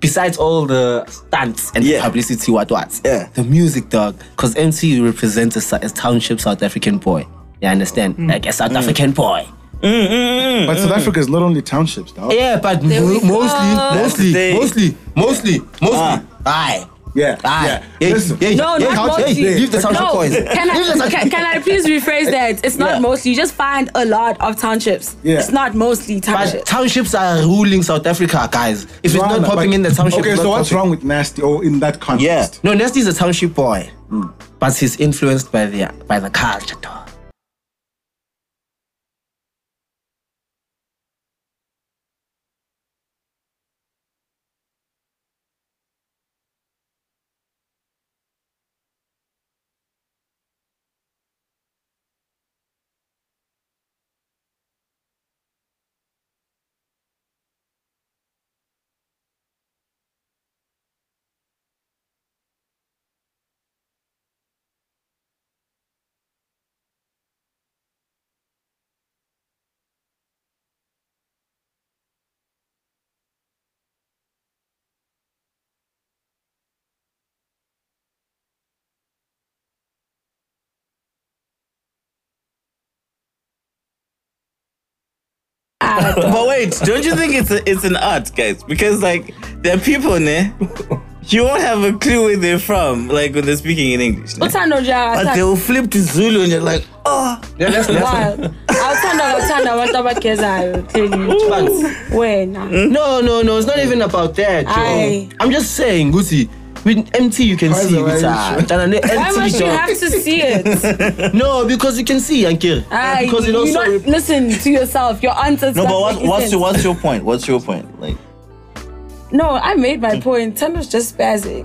D: Besides all the stunts and
A: Yeah.
D: the publicity, what what?
A: Yeah.
D: The music, dog. Because MC represents a, Sou- a township South African boy. You understand?
B: Hmm.
D: Like a South African boy.
C: Mm.
E: But South Africa is not only townships, dog.
D: Yeah, but
B: There we
D: mo-
B: go. That's
D: mostly,
A: the
D: mostly,
A: thing.
D: mostly, mostly,
A: Ah.
D: mostly. Aye.
E: Yeah,
D: Aye.
E: yeah.
D: Hey,
E: Listen.
D: hey,
B: No,
D: hey,
B: not
D: couch- hey,
B: mostly.
D: Leave the township
B: No,
D: boys.
B: can
D: Leave the
B: I,
D: South-
B: can, can I please rephrase that? It's not
A: Yeah.
B: mostly. You just find a lot of townships.
E: Yeah.
B: It's not mostly
D: But
B: townships.
D: townships are ruling South Africa, guys. If it's
E: Rana,
D: not popping
E: but-
D: in the township,
E: Okay,
D: it's
E: so
D: not
E: what's
D: popping.
E: wrong with Nasty or in that context?
D: No, Nasty is a township boy, mm, but he's influenced by the by the culture. dog.
A: But wait, don't you think it's a, it's an art, guys? Because like there are people, ne, you won't have a clue where they're from, like when they're speaking in English. ne?
B: Uthando nje
A: But they
B: akathandi-
A: will flip to Zulu, and you're like, oh,
B: Wild. Awuthanda kathanda abantu abagezayo, clearly.
D: But-
B: Wena.
D: no, no, no, it's not even about that. Joe.
B: Aye.
D: I'm just saying, Guti. With MT, you can
E: Why is
D: see.
E: it- why
D: Guti,
E: is it-
D: ah, Ntana, ne-
B: Why
D: MT,
B: must you
D: dog.
B: have to see it?
D: No, because you can see, Yankee.
B: Aye,
D: Because it
B: you
D: also.
B: not listen to yourself. Your answers.
A: no.
B: don't
A: But what,
B: make
A: what's your
B: sense.
A: what's your point? What's your point? Like,
B: No, I made my point. Tando's just spazzing.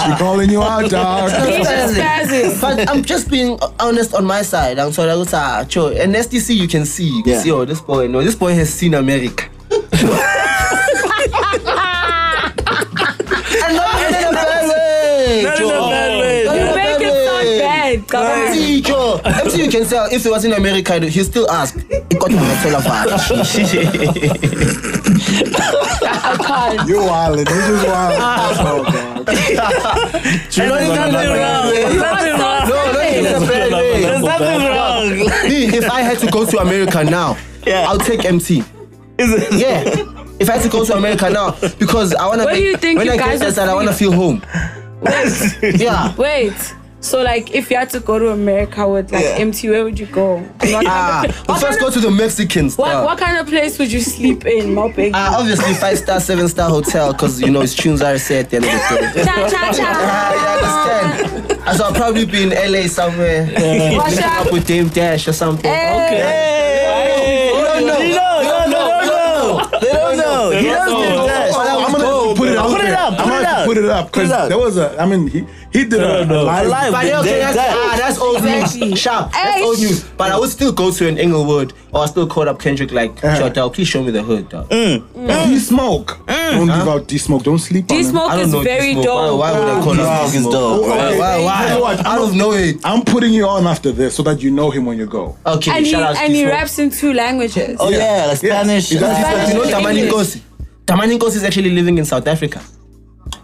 E: She calling you out, dog.
B: He's just
D: [LAUGHS]
B: spazzing.
D: but I'm just being honest on my side. I'm sorry, I was ah, cho. And SDC, you can see, you can
A: Yeah.
D: see, oh, this boy, no, this boy has seen America. [LAUGHS] and not in a bad way.
A: Not in a
D: Joe.
A: bad way.
D: Not
B: You
D: in a
B: make
D: bad
B: it sound
D: way.
B: bad. Come on.
D: See, Joe, MC, you can tell if he was in America, he still ask. It got to be a
B: I
E: [LAUGHS]
B: can't.
E: You wildin', this is wild. Oh, God.
A: There's nothing wrong.
D: No, not in a bad way.
A: There's nothing wrong.
D: Me, if I had to go to America now,
A: Yeah.
D: I'll take MC.
A: Is it?
D: Yeah. If I had to go to America now, because I wanna
B: Where
D: make-
B: do you think
D: when
B: you
D: I
B: guys
D: get
B: are
D: that side, I wanna feel home. Yeah.
B: Wait. So like, if you had to go to America with like
A: Yeah.
B: MT, where would you go? What,
D: Ah,
B: kind,
D: but first go to the Mexican
B: what,
D: stuff.
B: what kind of place would you sleep in, Mopeg?
D: Ah, obviously five star, seven star hotel, cause you know his tunes are set at the end of the day.
B: Cha cha
D: Ah, [LAUGHS]
B: cha.
D: you understand? Ah, So I'll probably be in LA somewhere,
B: Wash
D: meeting
B: up.
D: up with Dame Dash or something.
B: Eh.
A: Hey,
D: You don't know.
A: you know, no, no, no, no. They don't know. He
C: They don't
A: doesn't
C: know.
A: do that.
E: I'm gonna put it out
A: Put it
E: there.
A: up,
E: I'm
A: put it
E: gonna
A: up.
E: put put it up because
A: Put it up.
E: there was a. I mean, he he did a, a
C: no.
E: live.
A: Alive.
D: But
A: They-
D: yeah, okay,
A: they-
D: that's,
A: that-
D: ah, that's old
B: Exactly.
D: news. Sharp. That's
B: Hey.
D: old news. But I would still go to an Inglewood or I still call up Kendrick like, "Yo, dog, please show me the hood, dog.
B: Mm.
E: D smoke. Don't give out D smoke. Don't sleep. on
B: D
E: him.
B: Smoke
D: I
B: is
D: don't know.
B: very
D: this smoke. Why,
B: dope.
D: why would I call
A: Wow.
D: up this
A: Is
D: smoke?
A: dope.
E: Oh,
A: Why-
E: okay.
D: why- why?
E: You know what?
D: I don't know it.
E: I'm putting you on after this so that you know him when you go.
D: Okay,
B: and he,
D: shout out to
B: and
D: this
B: he
D: smoke.
B: raps in two languages.
A: Oh yeah, like Spanish.
E: Because
A: uh,
E: he's
D: But
B: Spanish
D: you know
B: and
D: Tamani
B: English.
D: Nkosi? Tamani Nkosi is actually living in South Africa.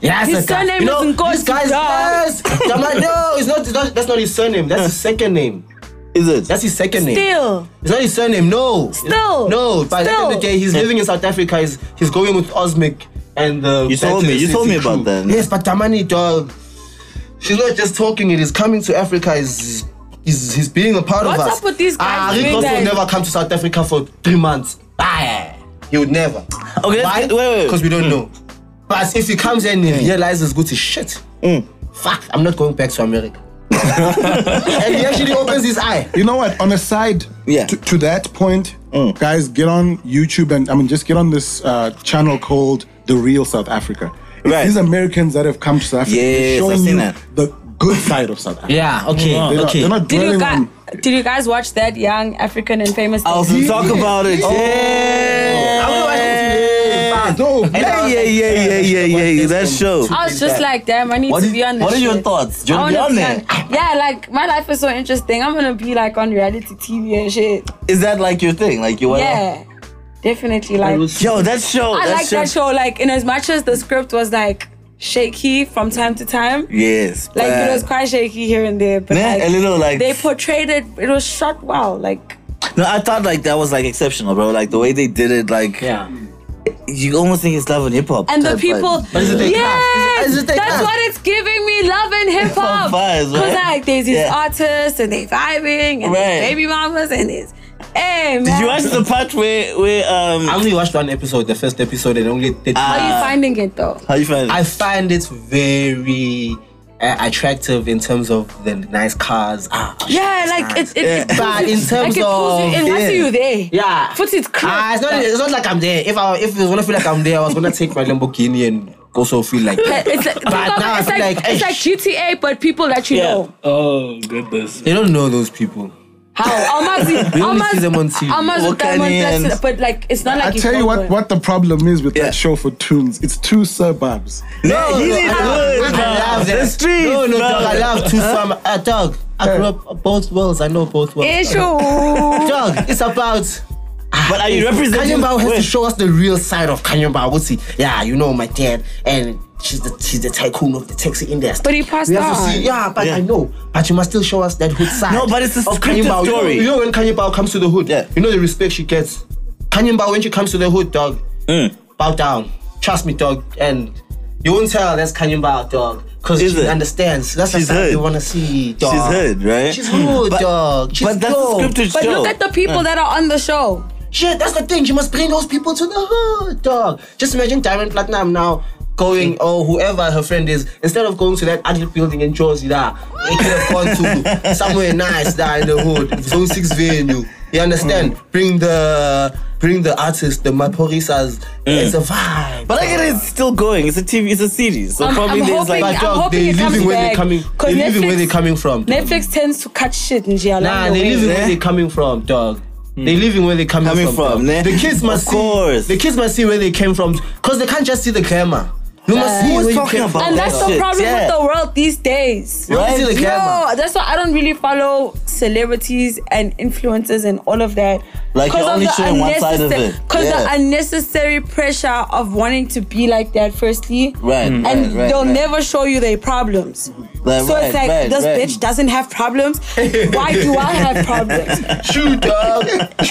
D: Yes,
B: His
D: a guy.
B: surname
D: you know,
B: is Nkosi,
D: This guy's
B: dog.
D: yes. Tamani, no, it's not, it's not. That's not his surname. That's his second name.
A: is it?
D: That's his second name.
B: Still,
D: It's not his surname, no.
B: Still.
D: No, by the end
B: Still.
D: of the day, he's living in South Africa. He's, he's going with Osmic and uh, the.
A: You told me- you told me about that.
D: Yes, but Tamani, dog. She's not just talking, it is coming to Africa. Is He's, he's being a part of
B: What's
D: us.
B: up with these guys
D: Ah, Rick
B: doing
D: Ross
B: that?
D: will never come to South Africa for three months. Ah, yeah. he would never.
A: Okay,
D: Why?
A: let's- wait, wait, Hmm. wait.
D: Because we don't know. But if he comes in and he realizes good is shit,
A: Hmm.
D: fuck, I'm not going back to
A: [LAUGHS]
D: America. and he actually opens his eye.
E: You know what? On a side
A: Yeah. Mm.
E: to, to that point, guys, get on YouTube and I mean, just get on this uh, channel called The Real South Africa. It's
A: Right.
E: These Americans that have come to South Africa they're
A: Yes, I've
E: showing
A: seen
E: you
A: that.
E: the good side of South Africa.
D: Yeah, okay.
E: They're, not,
D: okay.
E: they're not
B: did you
E: dwelling
B: guys
E: on.
B: did you guys watch that young African and famous?
A: I was
B: thing?
A: gonna talk about it. Yeah.
D: I'm watching it today.
E: No,
D: And I
A: Yeah,
D: was
A: yeah,
D: like,
A: yeah, yeah, yeah, yeah, yeah. That show.
B: I was just like, damn, I need
A: What
B: to
A: is-
B: be on this.
A: what are your
B: shit.
A: thoughts? Do you
B: I
A: wanna
B: wanna
A: be
B: be
A: on
B: on- Yeah, like my life is so interesting. I'm gonna be like on reality TV and shit.
A: Is that like your thing? Like you wanna?
B: Yeah, definitely. Like
A: Yo, that show.
B: I like that show. Like in as much as the script was like shaky from time to time,
A: Yes.
B: like
A: but-
B: it was quite shaky here and there. But
A: Nah,
B: like,
A: a little like
B: they portrayed it. It was shot well. Like
A: no, I thought like that was like exceptional, bro. Like the way they did it, like
D: Yeah.
A: you almost think it's love and hip hop.
B: and the
A: type
B: people.
A: vibe. Yeah.
B: Yes,
D: Is it- is it they
B: that's
D: cast?
B: what it's giving me. Love and
D: [LAUGHS]
B: hip hop.
A: vibes,
B: Cause
A: right?
B: like there's these
A: Yeah.
B: artists and they vibing and
A: Right.
B: there's baby mamas and there's hey man.
A: Did you watch the part where where um?
D: I only watched one episode, the first episode, and only did.
B: How are you finding it though?
A: how you find it?
D: I find it very uh, attractive in terms of the nice cars. Ah,
B: Yeah, like it. it, it
A: Yeah.
D: But in
B: like
D: terms
B: it pulls
D: of-
B: you in once
D: yeah.
B: you there.
D: yeah.
B: Put it clear.
D: Ah, it's not. It's not like I'm there. If I if I was gonna feel like I'm there, I was gonna take my Lamborghini and also feel like.
B: But it's like,
D: But
B: think of
D: now
B: it,
D: I
B: it's,
D: feel
B: like,
D: like,
B: it's
D: eh,
B: like GTA, but people that you
A: Yeah.
B: know.
C: Oh goodness.
D: They don't know those people. [LAUGHS]
B: How? Almazi.
D: We only see
B: Almazi.
D: them on TV.
B: Almazi.
A: Wakanians.
B: Diamond. But like, it's not like.
E: I tell you what,
B: follow
E: what the problem is with
A: Yeah.
E: that show for tunes, it's two suburbs.
A: no, he
D: no,
A: did
D: I
A: good.
D: love- I love
A: bro. The
D: that.
A: streets.
D: No, no,
A: bro.
D: dog. I love two farm. Uh, dog. I grew up both worlds. I know both worlds.
B: it.
D: [LAUGHS] dog.
B: Issue.
D: Dog, it's about.
A: But are you representing?
D: Kanyambao has to
A: Wait.
D: show us the real side of Kanyambao. What's he? Yeah, you know my dad, and she's the she's the tycoon of the taxi industry.
B: But he passed
D: we have to
B: on.
D: see, yeah, but
A: Yeah.
D: I know. But you must still show us that hood side.
A: No, but it's a
D: of
A: scripted
D: Kanyambao. You know-
A: story.
D: You know, when Kanyambao comes to the hood,
A: Yeah.
D: you know the respect she gets. Kanyambao when she comes to the hood, dog,
A: Mm.
D: bow down. Trust me, dog, and you won't tell that's Kanyambao, dog. Because
A: Is
D: she
A: it?
D: understands. That's
A: She's
D: the side
A: hood.
D: you want to see, dog.
A: She's hood, right?
D: She's hood,
A: But-
D: dog. She's
A: but that's a
D: dope.
A: scripted
B: But
A: show.
B: look at the people that are on the show.
D: Shit, that's the thing. You must bring those people to the hood, dog. Just imagine Diamond Platinum now going, or whoever her friend is, instead of going to that ugly building in Jersey, that it could have gone to somewhere nice there in the hood, Zone 6 venue. You understand? Bring the bring the artist, the Maporisas. It's a vibe.
A: But I get it, it's still going. It's a TV. It's a series. So
B: I'm-
A: probably
B: I'm
A: there's
B: hoping-
A: like
D: But
B: I'm
D: dog,
B: hoping
D: they
B: it comes
D: living where they
B: back,
D: coming.
B: 'cause
D: They living where
B: Netflix-
D: they coming from.
B: Netflix tends to cut shit in jail.
D: Nah, they living where they coming from, dog. They living where they coming,
A: Hmm. Coming
D: from.
A: from, ne?
D: dog. The kids must
A: Of course.
D: see. The kids must see where they came from, cause they can't just see the glamour. You must
B: Who
D: see
A: was
D: where you
A: talking
D: came
A: about
D: from.
B: And that's the
A: Shit,
B: problem
A: yeah.
B: with the world these days.
D: You only
A: Right?
D: see the glamour.
B: No, that's why I don't really follow celebrities and influencers and all of that.
A: Like,
B: Because
A: you're
B: of
A: only
B: the
A: showing one side of
B: unnecessary-
A: it.
B: Cause
A: Yeah.
B: the unnecessary pressure of wanting to be like that. Firstly,
A: Right,
D: Mm.
B: and
A: right, right,
B: they'll
A: right.
B: never show you their problems.
A: Like,
B: so
A: right,
B: it's like
A: right,
B: this
A: right.
B: bitch doesn't have problems. Why do I have problems?
A: [LAUGHS]
E: [LAUGHS]
D: Shoot, dog.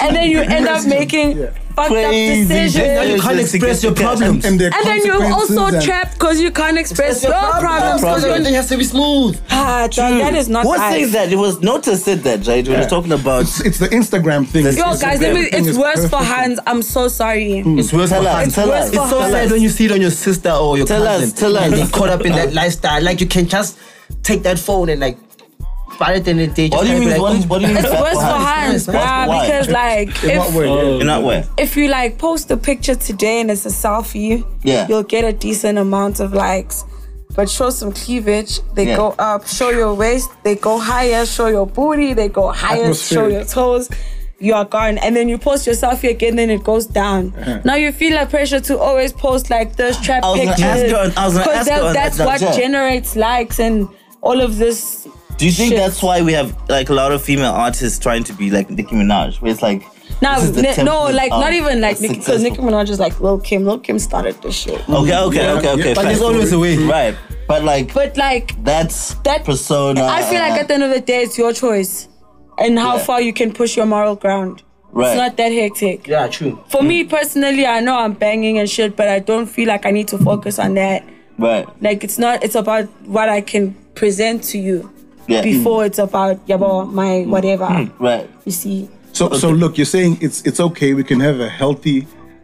B: And then you end up making fucked
A: Crazy
B: up
A: decisions.
D: you
B: decisions.
D: can't
A: Just to
D: express
A: get
D: your
A: the cash.
D: problems.
E: And, their
B: And then you're
E: consequences
B: also
E: and-
B: trapped because you can't express your problems. 'cause
D: Because
B: you're-
D: everything has to be smooth.
A: Hmm.
B: Ah, dog, that is not
A: What
B: nice.
A: says that? It was Nota said that, right? We were talking about.
E: It's, it's the Instagram thing.
A: Yo,
B: Yo,
A: It's
B: guys,
A: okay.
B: let me,
E: Everything
B: it's
E: is
B: worse for
E: perfect. Mm.
B: Hans. I'm so sorry.
D: It's worse
A: Tell
D: for
A: us,
D: hands.
A: tell
B: worse
A: us.
B: for
D: It's so
B: Tell
D: sad
A: us.
D: when you see it on your sister or your
A: Tell us,
D: cousin.
A: tell us.
D: And they caught up in that lifestyle. Like you can just take that phone and like, by the end of the day, just
A: What do you
D: kinda be
A: mean?
D: like, oh,
A: What, is- what do you mean?
B: It's
A: bad
B: worse for Hans,
A: Why?
B: bruh,
A: Why?
B: because like
E: In what
B: if,
E: way?
A: in that way.
B: if you like post a picture today and it's a selfie,
A: Yeah.
B: you'll get a decent amount of likes. but show some cleavage. They
A: Yeah.
B: go up. Show your waist. They go higher. Show your booty. They go higher. Show
E: Atmospheric.
B: your toes. You are gone, and then you post your selfie again. Then it goes down. Now you feel a pressure to always post like thirst trap
A: Uh-huh. I was gonna
B: pictures
A: ask you on- I was gonna ask you
B: that-
A: on
B: that's
A: that,
B: what
A: yeah.
B: generates likes and all of this.
A: Do you think
B: Shit.
A: that's why we have like a lot of female artists trying to be like Nicki Minaj, where it's like
B: Now,
A: this is the
B: n- no,
A: template
B: like
A: of
B: not even like because
A: successful-
B: Nicki Minaj is like Lil Kim. Lil Kim started this shit.
A: Okay, okay, okay, okay.
E: yeah.
D: But there's
A: fine.
D: always a way.
A: right? But like
B: But like
A: that's
B: that-
A: that persona.
B: I feel like at the end of the day, it's your choice and how
A: Yeah.
B: far you can push your moral ground.
A: Right.
B: It's not that hectic.
D: Yeah, true.
B: For me personally, I know I'm banging and shit, but I don't feel like I need to focus on that.
A: right.
B: Like it's not. It's about what I can present to you
A: Yeah.
B: before it's about yabo my whatever.
E: Hmm.
A: Right.
B: You see.
E: So, so look, you're saying it's it's okay. We can have a healthy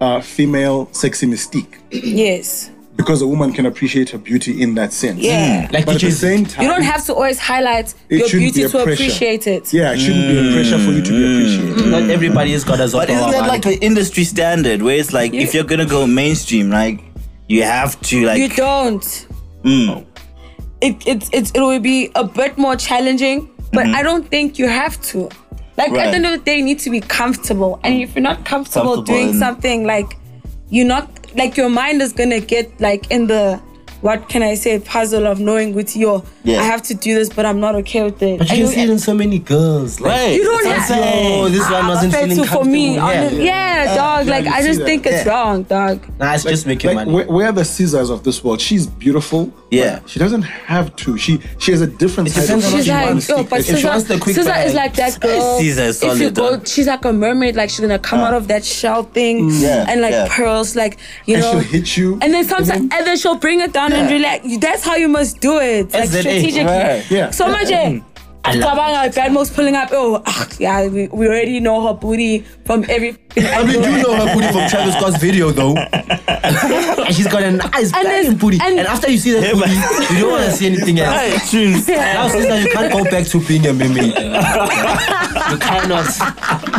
E: uh, female sexy mystique
B: Yes.
E: because a woman can appreciate her beauty in that sense.
B: Yeah.
D: Like
E: But at the
D: DJs.
E: same time,
B: You don't have to always highlight
E: Uh, It
B: your
E: shouldn't
B: beauty
E: be a
B: to
E: pressure.
B: appreciate it.
E: Yeah, it shouldn't be a pressure for you to be appreciated.
D: Not everybody has got as
A: But isn't that like the industry standard where it's like if
B: You-
A: you're gonna go mainstream, like you have to like
B: You don't.
A: Mm.
B: it it's it's it will be a bit more challenging, but I don't think you have to. Like at
A: Mm-hmm. Right.
B: the end of the day, you need to be comfortable, and if you're not comfortable,
A: Comfortable
B: doing
A: and-
B: something, like you're not like your mind is gonna get like in the what can I say puzzle of knowing with your
A: Yeah.
B: I have to do this, but I'm not okay with it.
D: But
B: And
D: you can see it in so many girls. Like,
A: Right.
B: you don't
A: That's
B: have
A: what I'm saying.
D: Oh, this one
B: I'm
D: wasn't
B: offensive for
D: feeling
B: me.
D: comfortable. Yeah.
B: Yeah, yeah, dog.
E: yeah,
B: like
E: you
B: I
E: see
B: just
E: that.
B: think it's
A: Yeah.
B: wrong, dog.
D: Nah, it's just making
E: like,
D: money.
E: Where, where are the scissors of this world? She's beautiful.
A: Yeah.
E: She doesn't have to. She she has a different side
D: depends on
E: of
B: She's
E: her
D: what she
B: like,
D: wants
B: yo,
E: mystique.
B: but
D: If she
E: It's-
B: Scissor,
D: wants the quick
B: Scissor
D: bag,
B: is like that girl.
A: Scissor is
B: if you
A: solid,
B: go,
A: though.
B: she's like a mermaid. Like she's gonna
D: Uh-huh.
B: come out of that shell
D: Mm.
B: thing
A: Yeah,
B: and like
A: yeah.
B: pearls, like you
E: And
B: know.
E: she'll hit you.
B: And then sometimes,
D: Mm-hmm.
B: and then, she'll bring it down and relax. You- That's how you must do it, like
D: SZA,
B: strategically.
A: right.
E: Yeah.
B: So much.
D: Mm.
B: eh, Cabanga, Badmo's pulling up. Oh, ah, yeah, we, we already know her booty from every.
D: [LAUGHS] I mean,
B: [LAUGHS]
D: you know her booty from Travis Scott's video, though. [LAUGHS] and she's got a
B: there's-
D: nice banging booty.
B: and-
D: And, after you see that booty, you don't want to see anything else.
A: [LAUGHS] Right, true.
B: [LAUGHS]
D: Now, sister, you can't go back to being a mermaid. you cannot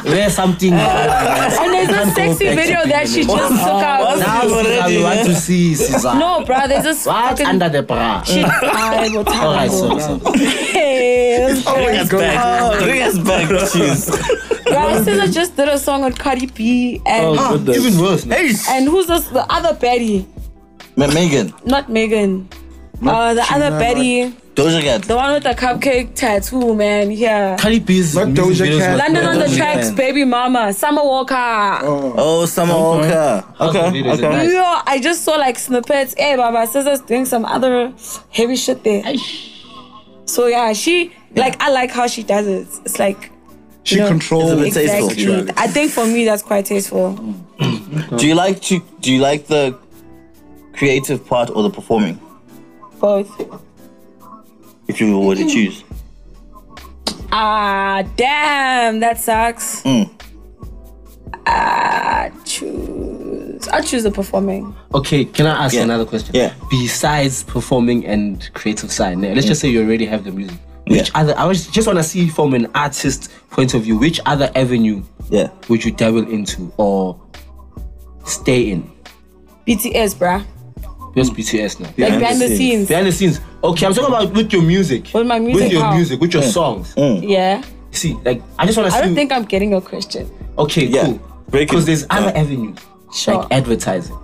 D: wear something.
B: And there's
D: Can't
B: a
D: go
B: sexy
D: back to
B: video
D: being a
B: that she just
D: mermaid.
B: took out.
A: Wow.
D: Now, sister, we want to see Caesar.
B: No, bro, there's this
D: What's
B: fucking
D: under the bra? [LAUGHS]
B: shit. I will tell
D: All
B: you.
D: right, so, so.
B: Hey,
A: Bring us back. Bring us
D: [LAUGHS]
A: back. Jeez.
B: Bro, SZA just did a song with Cardi B and
C: Oh, goodness.
D: even worse. man.
A: Hey,
B: and who's this, the other Betty?
A: Ma- Megan,
B: Not Megan. Uh, the other
E: Sheena,
B: Betty,
A: Doja Cat.
B: the one with the cupcake tattoo, man. Yeah.
D: Cardi B's
E: Not
D: music
E: Doja
D: videos
E: Cat.
D: were-
B: London on the
D: Yeah.
B: tracks, baby mama, Summer Walker.
E: Oh,
A: Oh, Summer Walker. Okay,
D: How's the
A: okay.
D: video?
B: Yo, I just saw like snippets. Hey, Baba Scissors doing some other heavy shit there. So yeah, she like I like how she does it. It's like
E: she
B: know,
A: it's
E: controls.
A: a- Tasteful.
B: exactly. I think for me that's quite tasteful.
A: Do you like to, do you like the creative part or the performing?
B: Both.
A: If you were to
B: Mm.
A: choose.
B: Ah, damn, that sucks.
A: Mm.
B: Ah, choose. I choose the performing.
D: Okay, can I ask
A: Yeah.
D: another question?
A: Yeah.
D: Besides performing and creative side, now, let's just say you already have the music. Which
A: Yeah.
D: other? I was just want to see from an artist point of view, which other avenue
A: Yeah.
D: would you dabble into or stay in?
B: BTS, bruh.
D: Just BTS now.
B: like behind the
A: the
B: scenes.
D: Behind the scenes. Okay, I'm talking about with your music.
B: With my music,
D: With your
B: how?
D: music, with your songs.
A: Mm.
B: Yeah.
D: See, like I just want to see.
B: I don't think I'm getting your question.
D: okay,
A: Yeah.
D: cool.
A: Break it
D: Because there's other
A: down.
D: avenues.
B: Sure.
D: like advertising,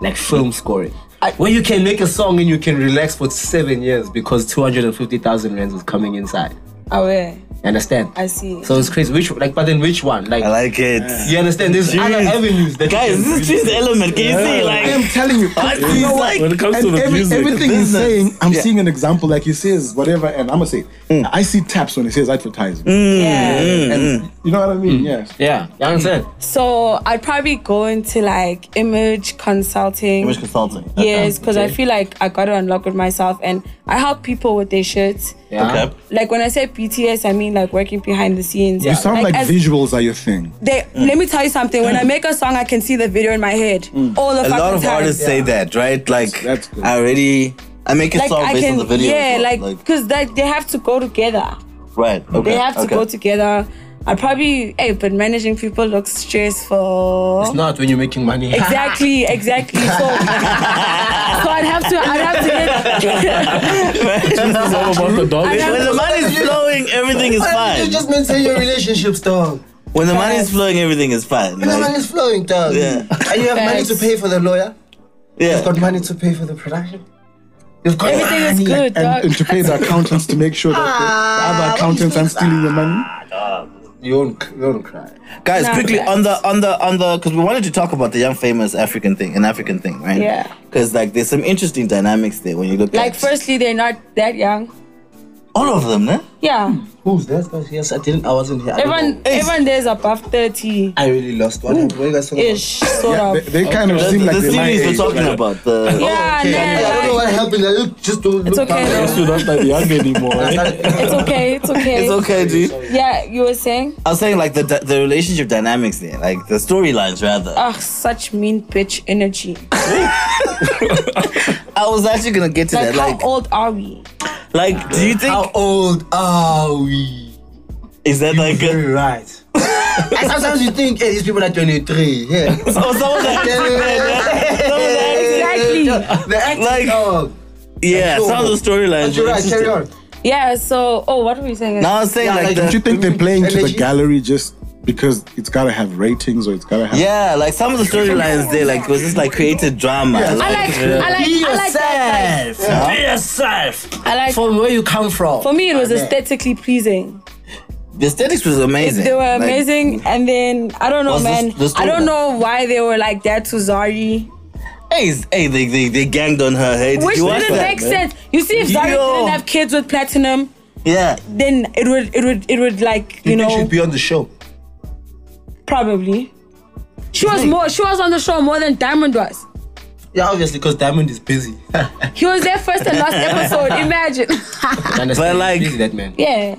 D: like film scoring,
B: I-
D: where you can make a song and you can relax for seven years because 250,000 rands is coming inside.
B: I will.
D: You understand?
B: I see.
D: So it's crazy. Which, like, but then which one? Like,
A: I like it.
D: you understand? There's other
A: Jeez.
D: avenues that you
A: Guys,
D: can
A: this is Cheese Element. Can you see?
E: I am
A: Like,
B: [LAUGHS]
E: telling you.
B: Oh,
A: what
E: You know
A: he's
E: what?
A: like.
C: when it comes to
E: and
C: the
E: every,
C: music,
E: everything he's
A: business.
E: saying, I'm
A: Yeah. Mm.
E: seeing an example. Like he says whatever, and I'm gonna say, I see taps when he says advertising.
B: Yeah.
A: Mm-hmm.
D: Mm-hmm.
E: And you know what I mean?
C: Mm.
E: Yes.
D: Yeah, you understand?
B: So I'd probably go into like image consulting.
A: Image consulting.
B: Yes, because I feel like I got to unlock with myself and I help people with their shit.
D: Yeah.
A: Okay.
B: Like when I say BTS, I mean like working behind the scenes.
E: You sound like,
B: as-
E: visuals are your thing.
B: they
A: Mm.
B: let me tell you something. When I make a song, I can see the video in my head all the
A: Mm. a
B: fucking
A: lot of
B: time.
A: artists say that, right? Like,
E: That's good.
A: I already, I make a
B: like
A: song
B: I
A: based
B: can,
A: on the video. as
B: yeah,
A: well,
B: like because they, they have to go together.
A: right. Okay. [LAUGHS]
B: They have to
A: okay.
B: go together. I probably, hey, but managing people looks stressful.
D: It's not when you're making money. [LAUGHS]
B: Exactly, exactly. So,
A: [LAUGHS]
B: so I'd have to, I'd have to get.
C: It's all about the dog.
B: I [LAUGHS]
A: When the money's flowing, everything is
D: Why
A: fine.
D: you just maintain your
A: [LAUGHS]
D: relationships, dog?
A: When the money's flowing, everything is fine.
D: When the
A: Like,
D: money's flowing, dog.
A: Yeah.
D: And you have money to
B: Facts.
D: pay for the lawyer. You've
A: yeah.
D: got money to pay for the production. You've got
B: Everything is good,
E: and,
B: dog.
E: and to pay the accountants to make sure that
A: Ah,
E: the, the other accountants aren't stealing your money.
D: You don't, you don't cry.
A: Guys,
B: No,
A: quickly
B: relax.
A: on the on the on the because we wanted to talk about the young famous African thing, an African thing, right?
B: Yeah.
A: Because like there's some interesting dynamics there when you look
B: Like,
A: at
B: firstly, they're not that young.
A: all of them, eh?
B: Yeah,
D: Who's that? guy? Yes, I didn't. I wasn't here. I don't
B: everyone,
A: Ace.
B: everyone there's above thirty
D: I really lost one. What are you guys talking about?
B: ish, sort
E: Yeah,
B: of.
E: they, they kind of
A: The,
E: seem like
A: the
E: they're my
A: series we're
E: age.
A: talking about the
B: [LAUGHS] yeah,
D: I don't know
B: nah,
D: what happened. I look- just don't
B: It's
D: look
B: okay,
D: down.
B: though.
C: You're not that young anymore. eh? [LAUGHS]
B: it's okay, it's okay.
A: [LAUGHS] It's okay, G.
B: Yeah, you were saying?
A: I was saying like the the relationship dynamics there, like the storylines rather.
B: Ugh, such mean bitch energy.
A: I was actually gonna get to
B: Like,
A: that. Like,
B: how old are we?
A: like, do you think
D: [LAUGHS] How old are we?
A: is that like a, [LAUGHS]
D: Very [LAUGHS] right. and sometimes you think, hey, these people are 23. Yeah. [LAUGHS]
A: so someone that- Eh,
B: Exactly.
D: The acting
A: Like-
D: dog.
A: yeah, some of the storylines.
D: You're
A: were
D: right, carry
A: interesting.
D: on.
B: Yeah, so oh what were we saying?
A: No, I was saying
D: Yeah,
A: like,
D: like,
A: the,
E: Don't you think they're playing to the
D: Energy.
E: gallery just because it's gotta have ratings or it's gotta have?
A: yeah, like some of the storylines there, like was just like created drama.
B: I like I like I like that
D: yourself.
A: Yeah.
B: like, I like
D: From where you come from.
B: for me it was
D: Okay.
B: aesthetically pleasing.
A: the aesthetics was amazing.
B: They were
A: Like,
B: amazing and then I don't know
A: What's
B: man.
A: the- the
B: I
A: story
B: don't
A: then?
B: know why they were like that to Zari.
A: Hey, s- hey, they, they they ganged on her. Hey, did
B: Which
A: you watch
B: didn't
A: that,
B: make
A: man?
B: sense. You see if Zari
A: Yo.
B: didn't have kids with platinum,
A: Yeah,
B: then it would it would it would like you,
D: You think
B: know
D: she'd be on the show.
B: probably. She was more she was on the show more than Diamond was.
D: Yeah, obviously, because Diamond is [LAUGHS] busy.
B: He was there first and last episode,
A: [LAUGHS]
B: imagine. [LAUGHS]
A: But,
D: Understand?
A: like-
D: busy that man.
B: yeah.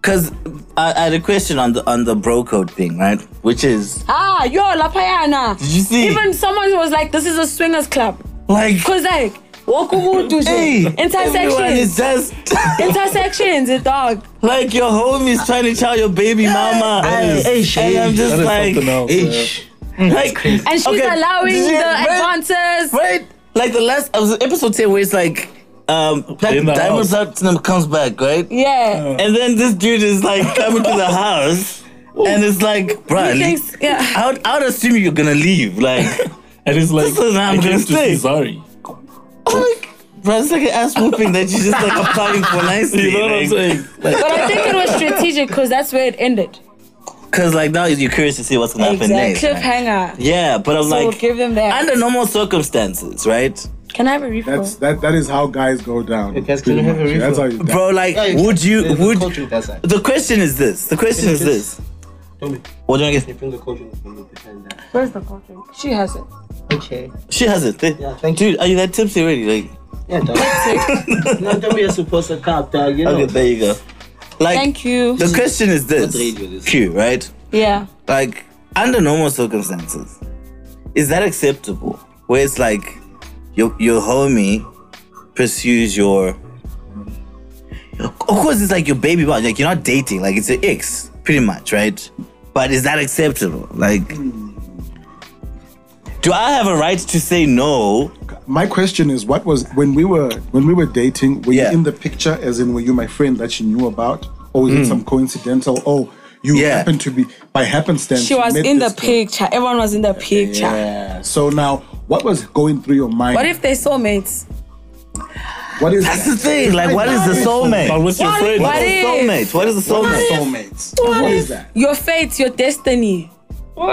A: because I, I had a question on the on the bro code thing, right? Which is
B: Ah, yo, Lapayana.
A: Did you see?
B: Even someone was like, this is a swingers club. [LAUGHS]
A: like,
B: Cause like, Wokubudu.
A: hey, everyone is
B: intersections.
A: just
B: Intersections, a dog.
A: [LAUGHS] like your homie's trying to tell your baby mama.
D: Hey, hey,
A: and I'm
D: hey,
A: just
C: That is
A: like,
C: something else. yeah.
D: Ish.
A: like,
B: And she's
A: Okay,
B: allowing
A: did you-
B: the
A: right?
B: advances.
A: right? Like the last of the episode 10 where it's like um
C: In the
A: Diamond
C: house.
A: Platinum comes back, right?
B: Yeah.
A: And then this dude is like coming to the house and it's like, bruh,
B: He thinks- yeah.
A: I, would, I would assume you're gonna leave.
B: [LAUGHS]
A: Like,
C: And it's like,
A: This is how I'm
C: I came
A: gonna
C: to
A: stay.
C: see Zari.
B: Oh
A: like bruh, it's like an ass whooping that you just like applying for nicely.
C: You know what I'm
A: like,
C: saying? Like,
B: But I think it was strategic because that's where it ended.
A: Cause like now you're curious to see what's gonna happen
B: Exact
A: next. right?
B: Cliffhanger.
A: Yeah, but I'm
B: So
A: eh? like
B: we'll give them that.
A: under normal circumstances, right?
B: Can I have a refill?
E: That's that. That is how guys go down.
D: guys, can
E: pretty
D: you have
E: much.
D: a
E: That's how you. that-
A: Bro, like
D: Yeah,
A: would you
D: there's a
A: would
D: coach with that side.
A: the question is this. The question is this.
D: Tell me.
A: What do I get?
D: You bring the coach in the field behind that.
B: Where's the coffee? She has it.
D: Okay.
A: She has it. They-
D: Yeah, thank
A: Dude, are you that tipsy already? Like,
D: Yeah, dog. no, tell me you're supposed to cop, dog. You know.
A: okay, there you go. Like,
B: Thank you.
A: the question is this:
D: What radio this is?
A: Q, right?
B: Yeah.
A: Like, under normal circumstances, is that acceptable? Where it's like your your homie pursues your. Of course, it's like your baby mom. Like you're not dating. Like it's an ex, pretty much, right? But is that acceptable? Like, do I have a right to say no?
E: My question is, what was when we were when we were dating? Were
A: Yeah.
E: you in the picture? As in, were you my friend that she knew about, or was it some coincidental? Oh, you
A: Hmm. Yeah.
E: happened to be by happenstance.
B: She
E: you
B: was
E: met
B: in the
E: this girl.
B: picture. Everyone was in the picture.
E: So now, what was going through your mind?
B: What if they soulmates?
E: what is
A: That's
E: that?
A: the thing. Like, what is the soulmate?
C: but with your
B: What-
C: friend,
B: what
A: What is
B: is-
A: soulmate? What is a soulmate?
E: soulmates? What is that?
B: Your fate, your destiny.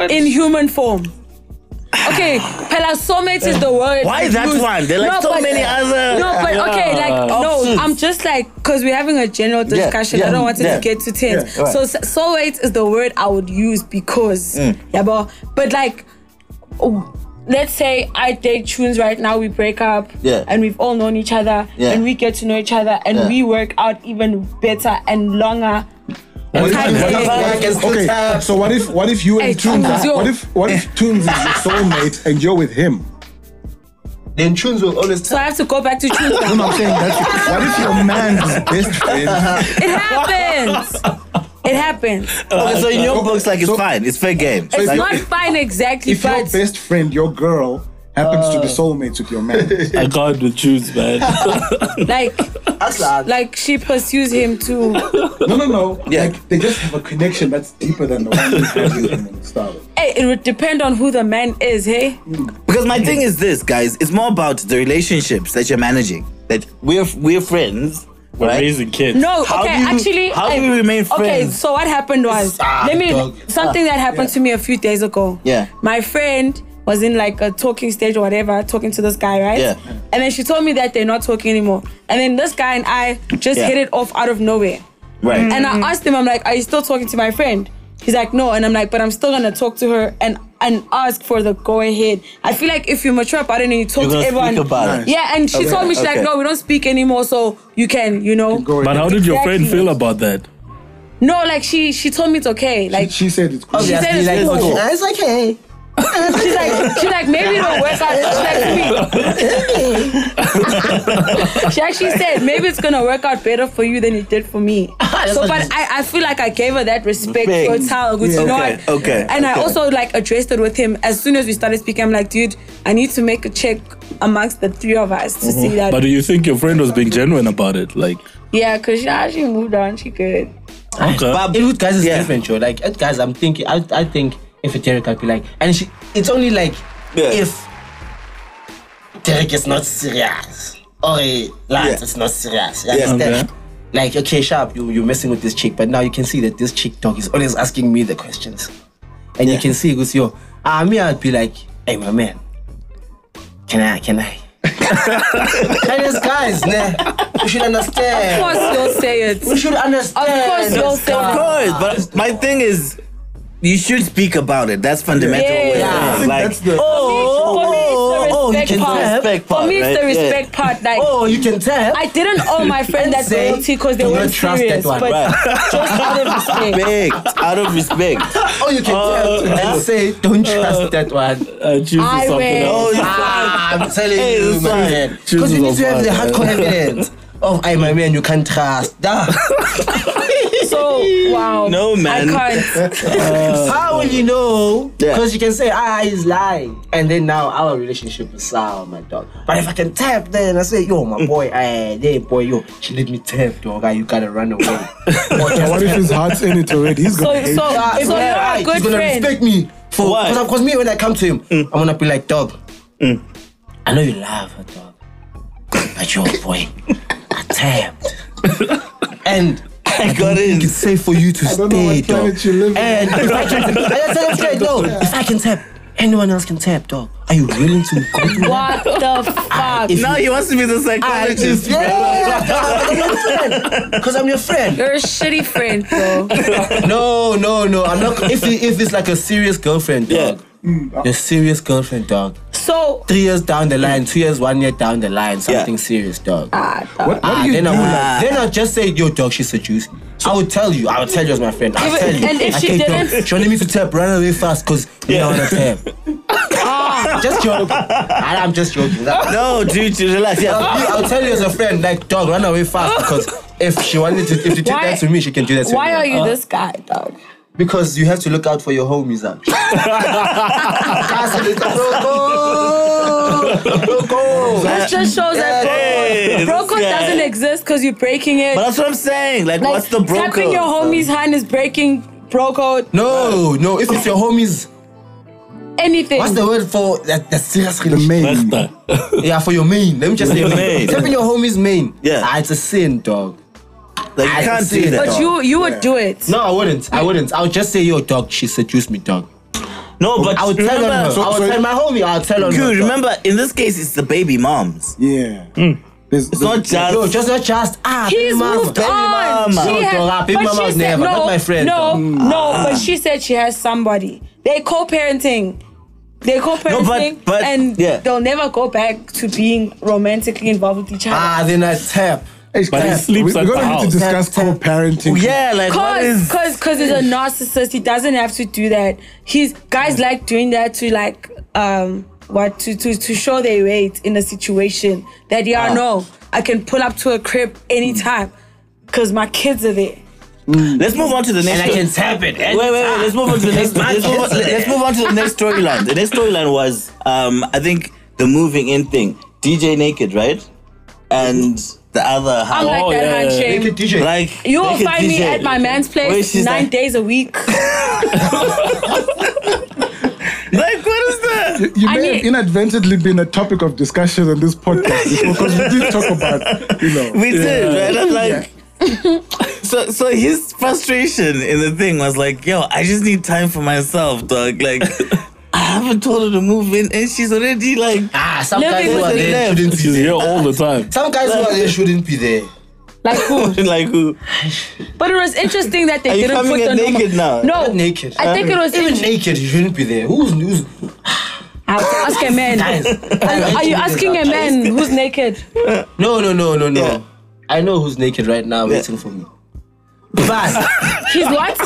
B: In human form. Okay, [SIGHS] Pella soulmate is the word.
A: Why
B: I've
A: that
B: used.
A: one? There are like so many other-
B: No, but okay, like no,
A: Options.
B: I'm just like because we're having a general discussion. I
A: Uh, yeah,
B: don't want it
A: yeah.
B: to get too tense.
A: Yeah, right.
B: So s- soulmate is the word I would use because
A: Mm.
B: yeah, but but like oh, let's say I date tunes right now, we break up,
A: Yeah.
B: and we've all known each other,
A: Yeah.
B: and we get to know each other, and
A: Yeah.
B: we work out even better and longer.
E: What if-
B: Time
E: what
B: to
E: if-
B: get-
E: Okay, so what if what if you
B: Hey,
E: and Toons?
B: Toons, yo.
E: What if what if Toons is your soulmate and you're with him?
D: Then tunes will always
B: So I have to go back to
E: No, no,
B: Tuesday.
E: I'm
A: [LAUGHS]
E: saying that's what if your man's best friend
B: it happens. It happens.
A: Okay, Oh, so in your
E: Okay,
A: books, like it's
E: so-
A: fine, it's fair game.
B: It's
A: Like,
B: not fine exactly,
E: If your
B: but
E: best friend, your girl, happens to be soulmates with your man,
C: I can't do choose, man. [LAUGHS]
B: like, like she pursues him too.
E: no, no, no.
A: Yeah.
E: Like they just have a connection that's deeper than the one you have with them when you started.
B: hey, it would depend on who the man is. Hey,
A: Because my thing is this, guys, it's more about the relationships that you're managing. That we're we're friends,
C: We're
A: right?
C: raising kids.
B: no,
A: How
B: okay,
A: do you-
B: actually,
A: how do you remain
B: Okay,
A: friends?
B: so what happened was,
D: Ah,
B: let me
D: dog.
B: something that happened to me a few days ago.
A: Ah, Yeah.
B: my friend was in like a talking stage or whatever, talking to this guy, right?
A: Yeah.
B: and then she told me that they're not talking anymore, and then this guy and I just
A: Yeah.
B: hit it off out of nowhere.
A: Right.
B: And I asked him, I'm like, are you still talking to my friend? He's like, no. And I'm like, but I'm still gonna talk to her and and ask for the go ahead. I feel like if you mature about it and you talk
A: You're
B: to
A: gonna
B: everyone,
A: speak about it.
B: yeah. And she
A: Okay,
B: told me she's
A: okay.
B: like, no, we don't speak anymore, so you can, you know.
E: Go
C: But
E: ahead.
C: how did your friend
B: Exactly.
C: feel about that?
B: No, like she she told me it's okay. Like
E: she said it's cool.
B: she said it's
D: like,
B: cool.
D: "Ah, it's okay.
B: [LAUGHS] She's like, she's like, maybe it'll work out. She's like, to me. [LAUGHS] she actually said, maybe it's gonna work out better for you than it did for
D: [LAUGHS]
B: me.
D: Ah,
B: so, but I, I feel like I gave her that respect
A: Respect.
B: for Tal, which
A: Yeah.
B: you know,
A: Okay,
B: I,
A: okay,
B: And I
A: okay.
B: also like addressed it with him as soon as we started speaking. I'm like, dude, I need to make a check amongst the three of us to
A: Mm-hmm.
B: see that.
C: But do you think your friend was being genuine about it? Like,
B: yeah, cause she actually moved on. She good.
C: okay.
A: But-
D: It with guys is
A: Yeah.
D: different, yo. Like at guys, I'm thinking, I, I think if a Derek I'd be like, and she, it's only like
A: Yeah.
D: if Derek is not serious or Lance
A: Yeah.
D: is not serious. You
A: Yeah.
D: understand?
C: Okay.
D: Like okay, sharp, you you're messing with this chick, but now you can see that this chick dog is always asking me the questions, and you can see it goes yo. Ah, me, I'd be like, hey, my man, can I,
A: [LAUGHS]
D: can I? and it's guys, nah, you should
B: Of
D: understand.
B: course, you'll say it.
D: You should
B: Of
D: understand.
B: course, you'll say
A: of
B: it.
A: course, but my thing is, you should speak about it. That's fundamental.
B: Yeah.
A: way of
D: Yeah.
A: life.
D: oh,
E: I think
A: Like,
E: that's the.
A: Oh,
B: For me, it's the respect
D: can
B: part.
A: respect
B: For me, it's
A: part,
B: the
A: right? Yeah.
B: respect part. Like,
D: Oh, you can tell.
B: I didn't owe my friend that
D: Say,
B: loyalty because they
D: do not
B: weren't
D: trust that
B: serious,
D: one.
B: but
A: Right.
B: just out of respect.
A: respect out of respect.
D: oh, you can tell. And say, don't trust that one.
C: I choose
B: I
C: something
B: will.
C: else.
A: Oh, you
D: Ah, I'm telling
A: Hey,
D: you,
A: it's
D: my
A: fine.
D: man. Because
C: Choose
D: you need to have the
C: one,
D: hard confidence of, I, my man, you can't trust. [LAUGHS] Duh.
B: So wow.
A: No, man.
B: I can't.
D: How will you know?
A: Yeah.
D: Because you can say, ah, he's lying. And then now our relationship is sound, my dog. But if I can tap, then I say, yo, [LAUGHS] my boy, eh, yeah, boy, yo, she let me tap, dog. Ah, you gotta run away. [LAUGHS] Or just
E: What if his heart's in it already? He's
B: So
E: gonna hate.
B: so
D: Ah,
B: so you're
D: yeah,
B: a good
D: he's gonna
B: friend.
D: respect me for
A: Why? Mm.
D: because because me when I come to him, I'm gonna be like dog. I know you love her dog, but your boy, I
A: [LAUGHS]
D: tapped, and
A: I got in.
D: it's safe for you to
E: don't know
D: stay,
E: what planet
D: dog.
E: you live in.
D: And if I
A: [LAUGHS]
D: can, I just tell him straight, no, if I can tap, anyone else can tap, dog. Are you willing to go through that?
B: What the fuck?
D: If
A: Now he wants to be the psychologist.
D: Because I'm your friend.
B: You're a shitty friend, bro.
D: No, no, no. I'm not. If it, if it's like a serious girlfriend, dog. Your serious girlfriend, dog.
B: So
D: Three years down the line, two years, one year down the line, something serious, dog.
B: ah, dog.
E: What, what
D: Ah,
E: do you
D: then I
E: do?
D: would like, then I'll just say, yo, dog, she seduced me. I would tell you, I would tell you as my friend. I'll
B: Even-
D: tell you.
B: and if she
D: okay, dog,
B: didn't?
D: she wanted me to tap, run away fast, cause we are on a tap. ah, just joking. I, I'm just joking. That-
A: No, dude, you relax. Yeah.
D: I'll, I'll tell you as a friend, like, dog, run away fast, because if she wanted to, if she did
B: Why-
D: that to me, she can do that to
B: Why
D: me.
B: are you this guy, dog?
D: Because you have to look out for your homies, ah. up.
B: That just shows
A: Hey,
B: that bro
A: this
B: code
A: guy.
B: doesn't exist because you're breaking it.
A: But that's what I'm saying. Like,
B: Like,
A: what's the bro
B: tapping
A: code?
B: your
D: Um,
B: homie's hand is breaking bro code.
D: [LAUGHS] No, no. If it's your homies,
B: Anything.
D: what's the word for that? That serious
E: The
D: relationship.
E: main.
D: Yeah, for your main. Let me just say
A: Your main.
D: main. Tapping your homies main.
A: Yeah.
D: ah, it's a sin, dog.
A: Like, you
D: I
A: can't
D: see
A: do
D: it.
A: that.
B: but you you would do it.
D: No, I wouldn't. I wouldn't. I would just say, yo, dog, she seduced me, dog.
A: No, but
D: I would tell on her.
A: remember,
E: So-
D: I would
E: so-
D: tell my homie. I would tell on her.
A: dude,
D: dog.
A: remember, in this case, it's the baby moms.
E: Yeah.
C: Hmm.
E: There's,
A: It's not just.
D: Yo, just not just ah.
B: He's
D: baby mama.
B: moved
D: Baby
B: on.
D: mama.
B: She
D: No, dog, ah,
B: has,
D: baby
B: but
D: mama
B: she
D: was
B: said
D: never.
B: no,
D: Not my friend.
B: No,
D: dog.
B: no, but she said she has somebody. They co-parenting. They co-parenting,
A: but-
B: and
A: yeah.
B: they'll never go back to being romantically involved with each other.
D: Ah, then I tap.
C: But he sleeps
E: we,
C: at
E: We're
C: the
E: gonna need to
C: house.
E: discuss co-parenting.
A: yeah, like, what
B: Cause,
A: is.
B: cause, cause he's a narcissist. He doesn't have to do that. He's guys like doing that to like um what to to to show their weight in a situation
A: Ah.
B: that yeah no I can pull up to a crib anytime, cause my kids are there.
A: Let's move on to the next.
D: And I
A: story.
D: can tap it.
A: Wait, wait, wait. Let's move on to the next.
D: my
A: Let's move on,
D: kids.
A: let's move on to the next storyline. The next storyline was, um, I think, the moving in thing. DJ Naked, right? And the other.
B: I'm
A: how-
B: like that
C: yeah,
B: man,
C: yeah,
B: shame.
D: Naked DJ.
A: like
B: You will
A: Naked
B: find me
A: DJ.
B: at my man's
A: Where
B: place
A: she's
B: nine
A: like-
B: days a
A: [LAUGHS]
B: week.
A: Like what is that?
E: You
B: I
E: may
B: mean-
E: have inadvertently been a topic of discussion on this podcast because we did talk about, you know.
A: We did, right? I'm like, [LAUGHS] so so his frustration in the thing was like, yo, I just need time for myself, dog. [LAUGHS] Like, I haven't told her to move in, and she's already like, [LAUGHS]
D: Ah, some
B: Living
D: guys who
B: with
D: are
A: the
D: there
A: left.
D: shouldn't be
C: [LAUGHS] She's
D: there.
C: here all the
D: [LAUGHS]
C: time.
D: Some guys who are there shouldn't be there.
B: Like who?
A: like who?
B: But it was interesting that they
A: Are you
B: didn't
A: coming
B: put the
A: in
B: number.
A: naked now?
B: No,
D: Not naked.
B: I think it was
D: Even
B: interesting.
D: naked, you shouldn't be there. Who's who's
B: I have to ask a man.
D: guys?
B: Are, are you asking a man who's naked?
D: [LAUGHS] No, no, no, no, no.
A: Yeah.
D: I know who's naked right now waiting for me. But
B: He's what?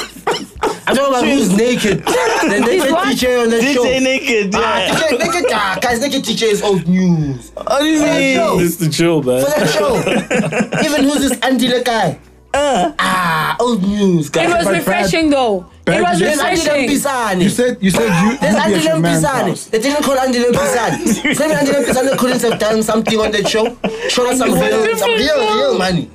D: I'm talking about [LAUGHS] who's naked. The naked
B: what?
D: teacher on the show.
A: DJ naked,
D: Ah,
A: yeah. Ah,
D: teacher, naked, ah, guys, naked teacher is old news. For
A: What do you mean?
D: show.
C: It's the chill, man.
D: that [LAUGHS] show. Even who's this Andy the guy? Ah, old news,
B: It
D: guys.
B: was
E: Brad-
B: refreshing though. It
E: Brad-
B: was
E: There's
D: There's Andy
B: refreshing.
D: Lampisani.
E: You said you said you.
D: There's
E: you
D: Andy
E: at your man's
D: Lampisani.
E: house.
D: They didn't call Andy
A: [LAUGHS]
D: Lampisani. Same Andy Lampisani couldn't have done something on that show. Showed us some real, some real,
A: [LAUGHS]
D: real money.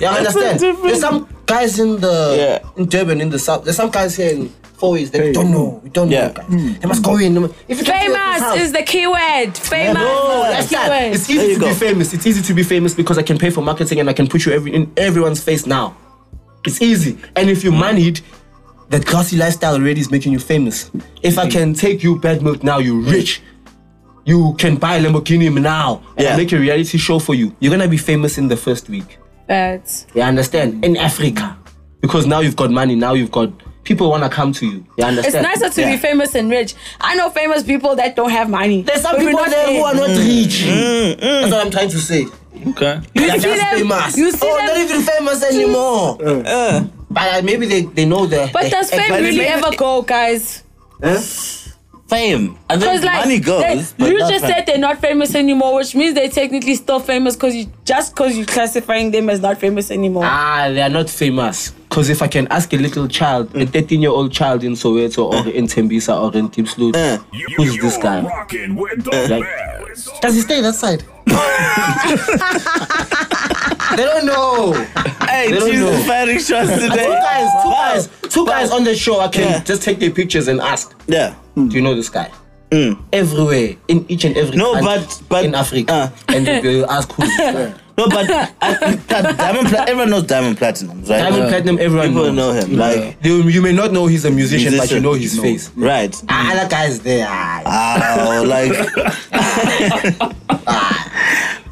D: You understand? There's some guys in the
A: Yeah.
D: in Durban in the south. There's some guys here in Fourways that we don't know. We don't
A: Yeah.
D: know guys. They must go in. If you can do it
B: Famous
D: yourself.
B: is the key word. Famous
D: No,
B: is
D: that's
B: the
D: not.
B: key word.
D: It's easy
A: you
D: to
A: go.
D: be famous. It's easy to be famous because I can pay for marketing and I can put you every, in everyone's face now. It's easy. And if you moneyed, that classy lifestyle already is making you famous. If
A: Mm.
D: I can take you bad milk now, you're rich. You can buy a Lamborghini now and
A: Yeah.
D: make a reality show for you. You're gonna be famous in the first week.
B: But
D: You understand? In Africa. Because now you've got money, now you've got people wanna come to you. You
B: it's
D: understand?
B: nicer to
A: Yeah.
B: be famous and rich. I know famous people that don't have money.
D: There's some
B: But we're
D: people
B: not Mm.
D: there who are
B: there.
D: not rich. That's what I'm trying to say.
C: Okay.
D: They're
B: see
D: just
B: them-
D: famous.
B: you see
D: oh,
B: them- Mm.
D: not even famous anymore. But uh, maybe they, they know the. eh,
B: But does fame
A: but it
B: really
A: made-
B: ever go, guys?
A: Fame. And then
B: Because like
A: money goes.
B: they-
A: but
B: you
A: not
B: just
A: fame.
B: said they're not famous anymore, which means they're technically still famous because you just because you're classifying them as not famous anymore.
D: Ah, they are not famous. Because if I can ask a little child, a 13 year old child in Soweto or in Tembisa or in Tipsloot, who's this guy?
G: Rocking with the
D: Like-
G: best.
D: Does he stay that
G: [LAUGHS]
D: side? [LAUGHS] they don't know.
A: Hey,
D: They don't
A: Jesus,
D: know.
A: firing shots
D: Two
A: today.
D: guys, two guys, two guys on the show. Hmm. I can
A: Yeah.
D: just take their pictures and ask,
A: Yeah.
D: do you know this guy? Hmm. Everywhere, in each and every
A: No,
D: country
A: but- but-
D: in Africa,
A: uh.
D: [LAUGHS] and they'll ask who's this [LAUGHS] guy.
A: No,
B: [LAUGHS]
A: but I, that diamond, pla- everyone knows diamond platinum, right?
D: Diamond Platinum, everyone
A: People know
D: knows.
A: him. Like
D: You, you may not know he's a musician, but you
A: Musician.
D: know his face.
A: Mm. right.
D: Ah, that guy's there. Ah,
A: Ow, [LAUGHS]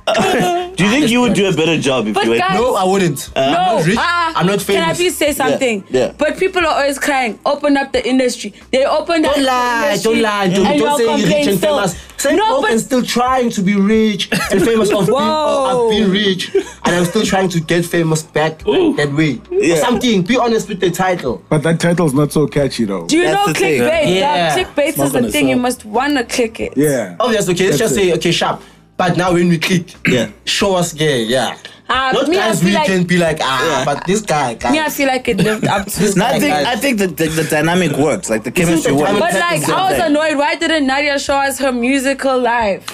B: [LAUGHS]
A: like. do you think you would do a better job if
B: But
A: you were?
B: guys-
D: No, I wouldn't.
B: no,
D: I'm not rich.
B: ah,
D: I'm not famous.
B: Can I please say something?
A: yeah.
B: But people are always crying. Open up the industry. They opened up
D: Don't
B: the
D: lie,
B: industry.
D: don't lie, don't,
B: and you're
D: don't say you're rich
B: complaining
D: and
B: still.
D: famous. Say
B: no,
D: no,
B: but
D: I'm still trying to be rich and famous. Of being,
B: Whoa.
D: of being rich, and I'm still trying to get famous back that way. Or something. Be honest with the title.
E: But that title's not so catchy though.
B: do you
A: That's
B: know
A: the thing.
B: clickbait?
D: Yeah.
B: dog? Clickbait is
C: Smoke on
B: the
C: the
B: thing. You
C: sub.
B: must wanna click it.
E: Oh, yeah.
D: Obviously, okay. Let's
E: That's
D: just
E: it.
D: say okay, sharp. But now when we click,
A: Yeah.
D: show us gay, yeah.
B: Ah,
D: Not
B: me, I
D: guys
B: feel
D: we
B: like-
D: can be like ah, but this guy, guy.
B: Me, I feel like it
D: [LAUGHS]
B: lived up to.
A: No, I
D: guy,
A: think
D: guys.
A: I think the, the, the dynamic works, like the chemistry
D: the
A: works.
B: But
D: dynamic-
B: like, I was annoyed. Why didn't Nadia show us her musical life?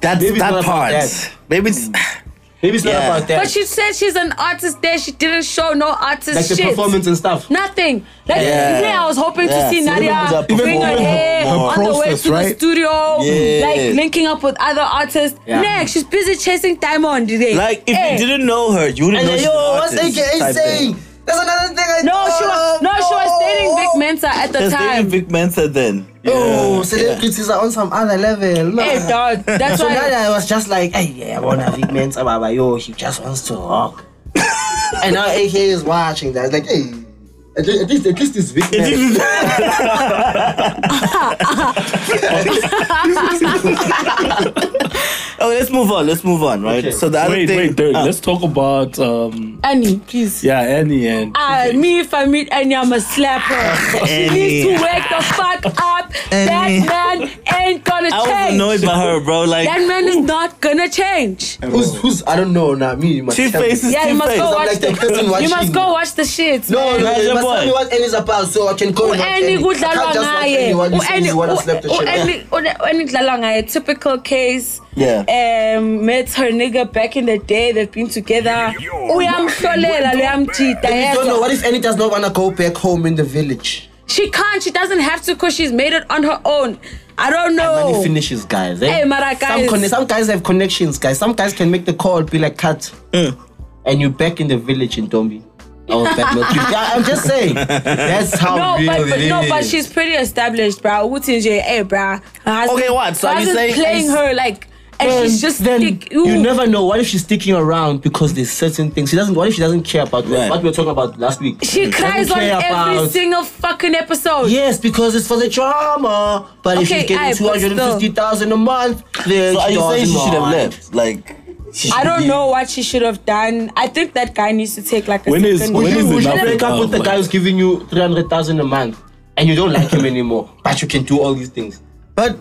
A: That's
D: Maybe it's not
A: that
D: about
A: part.
D: that.
A: Maybe it's
D: Maybe it's
A: Yeah.
D: not about that.
B: But she said she's an artist there. She didn't show no artist
D: like the
B: shit.
D: performance and stuff.
B: Nothing. Like
A: Yeah.
B: today, I was hoping
A: Yeah.
B: to see
A: Even
B: Nadia
A: the
B: bring her
A: performance,
B: hair
E: her
B: on the way
E: process,
B: to the
E: right?
B: studio,
A: Yeah.
B: like linking up with other artists.
D: Yeah.
B: Next, she's busy chasing diamond today.
A: [LAUGHS] like if
B: Hey.
A: you didn't know her, you wouldn't
D: And
A: know.
D: then,
A: she's
D: yo,
A: an
D: what's
A: artist
D: AKA
A: type thing.
D: saying? That's another thing I
B: No, she was no, she was dating Vic Mensa at the
A: Just
B: time.
A: dating Vic Mensa then.
D: Oh,
A: Yeah,
D: celebrities are on some other level. No.
B: Hey, dog. That's
D: So
B: why.
D: now that I was just like, hey, yeah, I wanna Vic Mensa, Baba, yo, he just wants to [LAUGHS] rock. and now AK is watching that. Like, hey, at le- at least, at least it's Vic Mensa.
A: [LAUGHS] Oh, let's move on. Let's move on, right?
D: Okay.
A: So the other
C: Wait,
A: thing.
C: wait, Derek.
A: Ah,
C: Let's talk about um,
B: Annie, please.
C: yeah, Annie and
B: Ah, me if I meet Annie, I'ma slap her. she needs to wake the fuck up.
A: Annie.
B: That man ain't gonna
A: I was
B: change.
A: annoyed by her, bro. Like
B: That man is not gonna change.
D: Who's who's? I don't know. Nah, me. You must
A: two
D: tell me.
A: faces,
B: Yeah, you
A: two
B: must
A: faces.
B: go watch
D: like the person
B: the. You
D: watching.
B: must go watch the shit.
D: No, no,
A: Yeah,
D: you must
A: boy.
D: tell me what Annie's about so I can go. and watch
B: uEnnie
D: Annie. I
B: kudlalwa
D: can't just watch
B: ngaye
D: anyone who says
B: uEnnie-
D: you want to slap the shit. out.
B: uEnnie- uEnnie- uEnnie kudlalwa ngaye typical case
A: Yeah.
B: um met her nigga back in the day they've been together uyamhlolela luyamjida
D: I don't know.
B: yedwa
D: What if Annie does not want to go back home in the village?
B: she can't she doesn't have to because she's made it on her own i don't
D: Money
B: know
D: finishes, guys. Eh?
B: Oh. Hey, Mara, guys.
D: Some, conne- some guys have connections, guys. Some guys can make the call, be like, cut.
A: Mm.
D: And you're back in the village in Dombi. Oh, that milk. You- I- I'm just saying. That's how
B: no,
D: real
B: but,
D: it
B: but no, but
D: is.
B: she's pretty established, bro. Uthi nje, hey, bro. Her husband,
A: Okay, what? So
B: her
A: are you
B: husband's
A: saying-
B: playing her like, and she's just
D: then
B: thick.
D: you
B: Ooh.
D: never know. What if she's sticking around because there's certain things she doesn't? What if she doesn't care about
A: Right.
D: what we were talking about last week?
B: She
D: doesn't
B: cries on
D: care
B: every
D: about-
B: single fucking episode.
D: Yes, because it's for the drama. But if
B: Okay,
D: she's
B: aye,
D: getting
B: but
D: two hundred and fifty thousand a month, then
A: So are
D: she
A: you saying
D: doesn't
A: she should have
D: mind.
A: left? Like, she
B: I
A: should
B: don't
A: be-
B: know what she should have done. I think that guy needs to take like a
C: When is-
B: second
C: when
D: Would
B: look.
D: you,
C: is
D: would you
C: enough?
D: break up with the
C: Oh,
D: guy who's giving you three hundred thousand a month and you don't like him anymore, [LAUGHS] but you can do all these things? But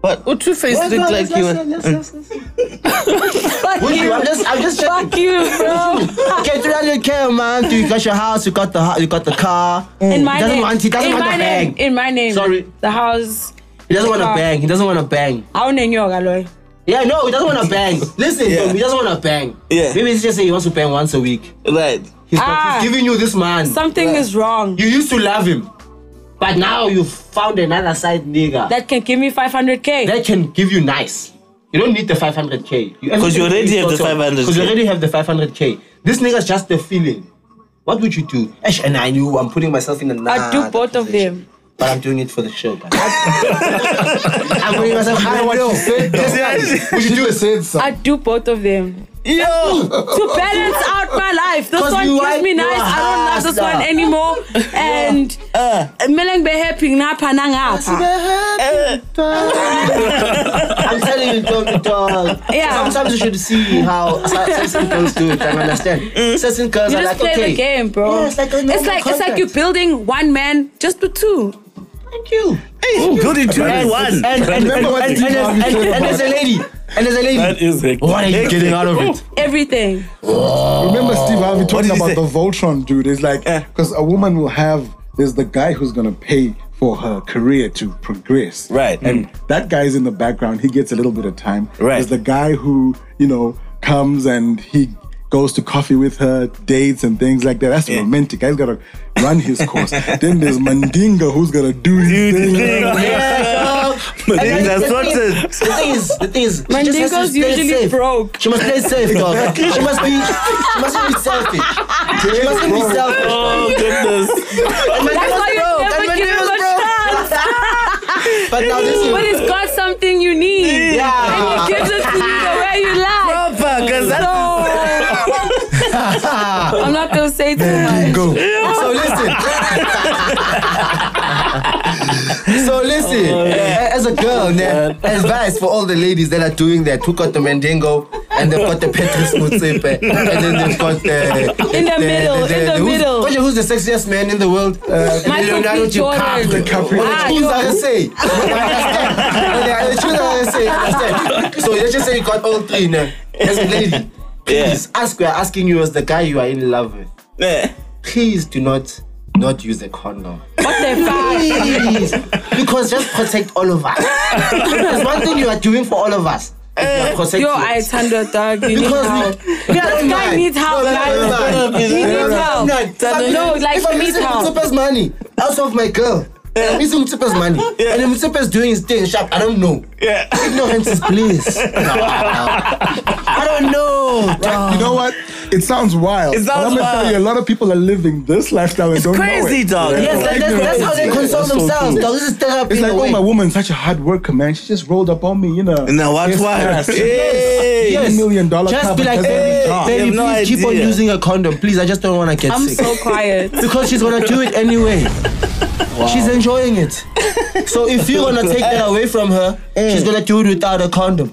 A: But what Two Face
D: Yes,
A: looked
D: yes,
A: like
D: yes,
A: you
D: yes,
A: were.
D: yes, yes, yes, yes.
B: Fuck
D: Would you?
B: you.
D: I'm just, I'm just checking.
B: Fuck you, bro.
D: Okay, 300k a month. You got your house. You got the, ho- you got the car.
B: In my
D: He doesn't
B: name.
D: want- he doesn't
B: in
D: want
B: my
D: the
B: name.
D: bang.
B: In my name.
D: Sorry.
B: The house.
D: He doesn't want to
B: Uh,
D: bang. He doesn't want to bang.
B: Awunenyoka loyo.
D: Yeah, no, he doesn't want to bang. Listen,
A: Yeah.
D: Tom, he doesn't want to bang.
A: Yeah.
D: Maybe it's just say he wants to bang once a week.
A: Right.
D: He's,
B: Ah.
D: but he's giving you this man.
B: Something is wrong.
D: you used to love him, but now you found another side nigga that,
B: That can give me 500k.
D: can give you nice. You don't need the 500k.
A: 'Cause you already have the 500K.
D: Because you already have the 500k. This nigga's just the feeling. What would you do? Ash, and I knew I'm putting myself in another.
B: I do both of
D: position.
B: them.
D: But I'm doing it for the
B: [LAUGHS]
D: show, guys. I'm putting myself high
E: what
D: and
E: she
D: low.
E: said,
D: [LAUGHS]
E: though.
D: Yes, yes.
E: She
B: [LAUGHS]
E: just said
B: I
E: something.
B: do both of them.
A: Yo!
B: To balance out my life. This
D: 'Cause
B: one
D: you
B: gives
D: are-
B: me
D: you
B: nice. I
D: are
B: don't love this
D: hustler.
B: one
C: [LAUGHS]
B: anymore. And
A: Uh,
B: Meleng be happy ngapha nangapha.
A: uh,
D: [LAUGHS] I'm telling you, dog, dog.
B: Yeah.
D: Sometimes you should see how certain girls do it. I understand. Certain girls
B: Mm. You
D: are
B: just play
D: like, okay,
B: the game, bro.
D: Yeah, it's like a normal
B: it's like it's like
D: contract.
B: you're building one man just with two.
D: Thank you.
A: good in
D: And,
A: 21.
D: and, and, and,
E: Remember what
D: and,
E: the
D: and,
E: Barbie
D: and-
E: said
D: and there's a
E: about-
D: lady. And there's a
C: that
D: lady.
C: is hectic.
D: What are you getting out of it?
B: Everything.
E: Remember Steve Harvey
A: Oh. did
E: talking
A: he
E: about
A: say?
E: the Voltron dude? It's like
A: Eh.
E: because a woman will have there's the guy who's gonna pay for her career to progress.
A: Right.
E: And that guy's in the background, he gets a little bit of time.
A: Right.
E: There's the guy who, you know, comes and he goes to coffee with her, dates and things like that. That's romantic. Guy's gotta run [LAUGHS] his course. then there's Mandinga who's gonna do his
A: Dude,
E: thing.
D: [LAUGHS] Yeah, dog.
A: [LAUGHS] But
D: And
A: things
D: then
A: are
D: the
A: sorted.
D: thing- The thing is, the thing is, she just has to
B: Mandingo's
D: stay
B: usually
D: safe.
B: broke.
D: She must play safe,
A: [LAUGHS]
D: dog. She must be, she mustn't be selfish. She mustn't be selfish.
A: Oh, goodness.
D: And my
B: That's
D: name
B: why you
D: was broke.
B: never
D: And my
B: give him
D: name was
B: a
D: broke. [LAUGHS] But now this
B: But
D: is.
B: it's got something you need.
D: Yeah.
B: And he gives it
D: [LAUGHS]
B: to you the way you like.
A: Proper, because that's.
B: So I'm not gonna say too much.
E: [LAUGHS]
D: Go. So listen. so listen. a- As a girl, man, advice for all the ladies that are doing that who got the Mandingo and they've got the Petrus Mutsepe and then they've got the
B: In the middle, in the
D: who's,
B: middle.
D: Roger, who's the sexiest man in the world? Uh,
B: Michael B. Jordan.
D: DiCaprio.
B: Ah,
D: The choose
B: yo.
D: I say. You understand? The choose I say. you Understand? So let's just say you got all three, now. As a lady,
A: Yeah.
D: please ask. We are asking you as the guy you are in love with
A: [LAUGHS] Yeah.
D: please do not not use a condom.
B: What the
D: [LAUGHS]
B: fuck?
D: Please. because just protect all of us. There's one thing you are doing for all of us. is You are protecting
B: Yo, I
D: us.
B: tend to dog. You Eh, need
D: Because
B: help.
D: we-
B: This guy
D: Never
B: needs help,
D: mind.
B: guys.
D: No, never mind.
B: He needs help.
D: No,
B: No, like,
D: if I'm
B: he needs
D: using
B: help.
D: Mutsupe's money out of my girl, and I'm using Mutsupe's money, and and Mutsupe's doing his thing sharp, I don't know.
A: Yeah.
D: Ignorance is
B: [LAUGHS]
D: bliss. No, no. I don't know. dog.
E: You know what? It sounds wild.
A: It
E: but
A: sounds
E: I'm gonna
A: wild.
E: tell you, a lot of people are living this lifestyle and don't
A: crazy,
E: know it.
A: dog.
E: They're
A: Yes,
D: That- that's, that's how they
E: ignorant.
D: console
E: That's so
D: themselves.
E: true.
D: dog. This is therapy.
E: It's
D: in
E: like,
D: a
E: oh,
D: way.
E: my woman's such a hard worker, man. She just rolled up on me, you know.
A: Now, what's
E: Yes,
A: why?
E: yes.
A: Hey.
E: Yes. million dollar
D: Just
E: car,
D: be
E: but
D: like,
E: doesn't
D: hey,
E: even talk."
A: You
D: baby,
A: have
D: please
A: no
D: keep on
A: idea."
D: using a condom, please. I just don't want to get
B: I'm
A: [LAUGHS]
D: sick
B: so quiet.
D: because she's gonna do it anyway. She's
A: Eh.
D: enjoying it. So if you're gonna take that away from her, she's gonna do it without a condom.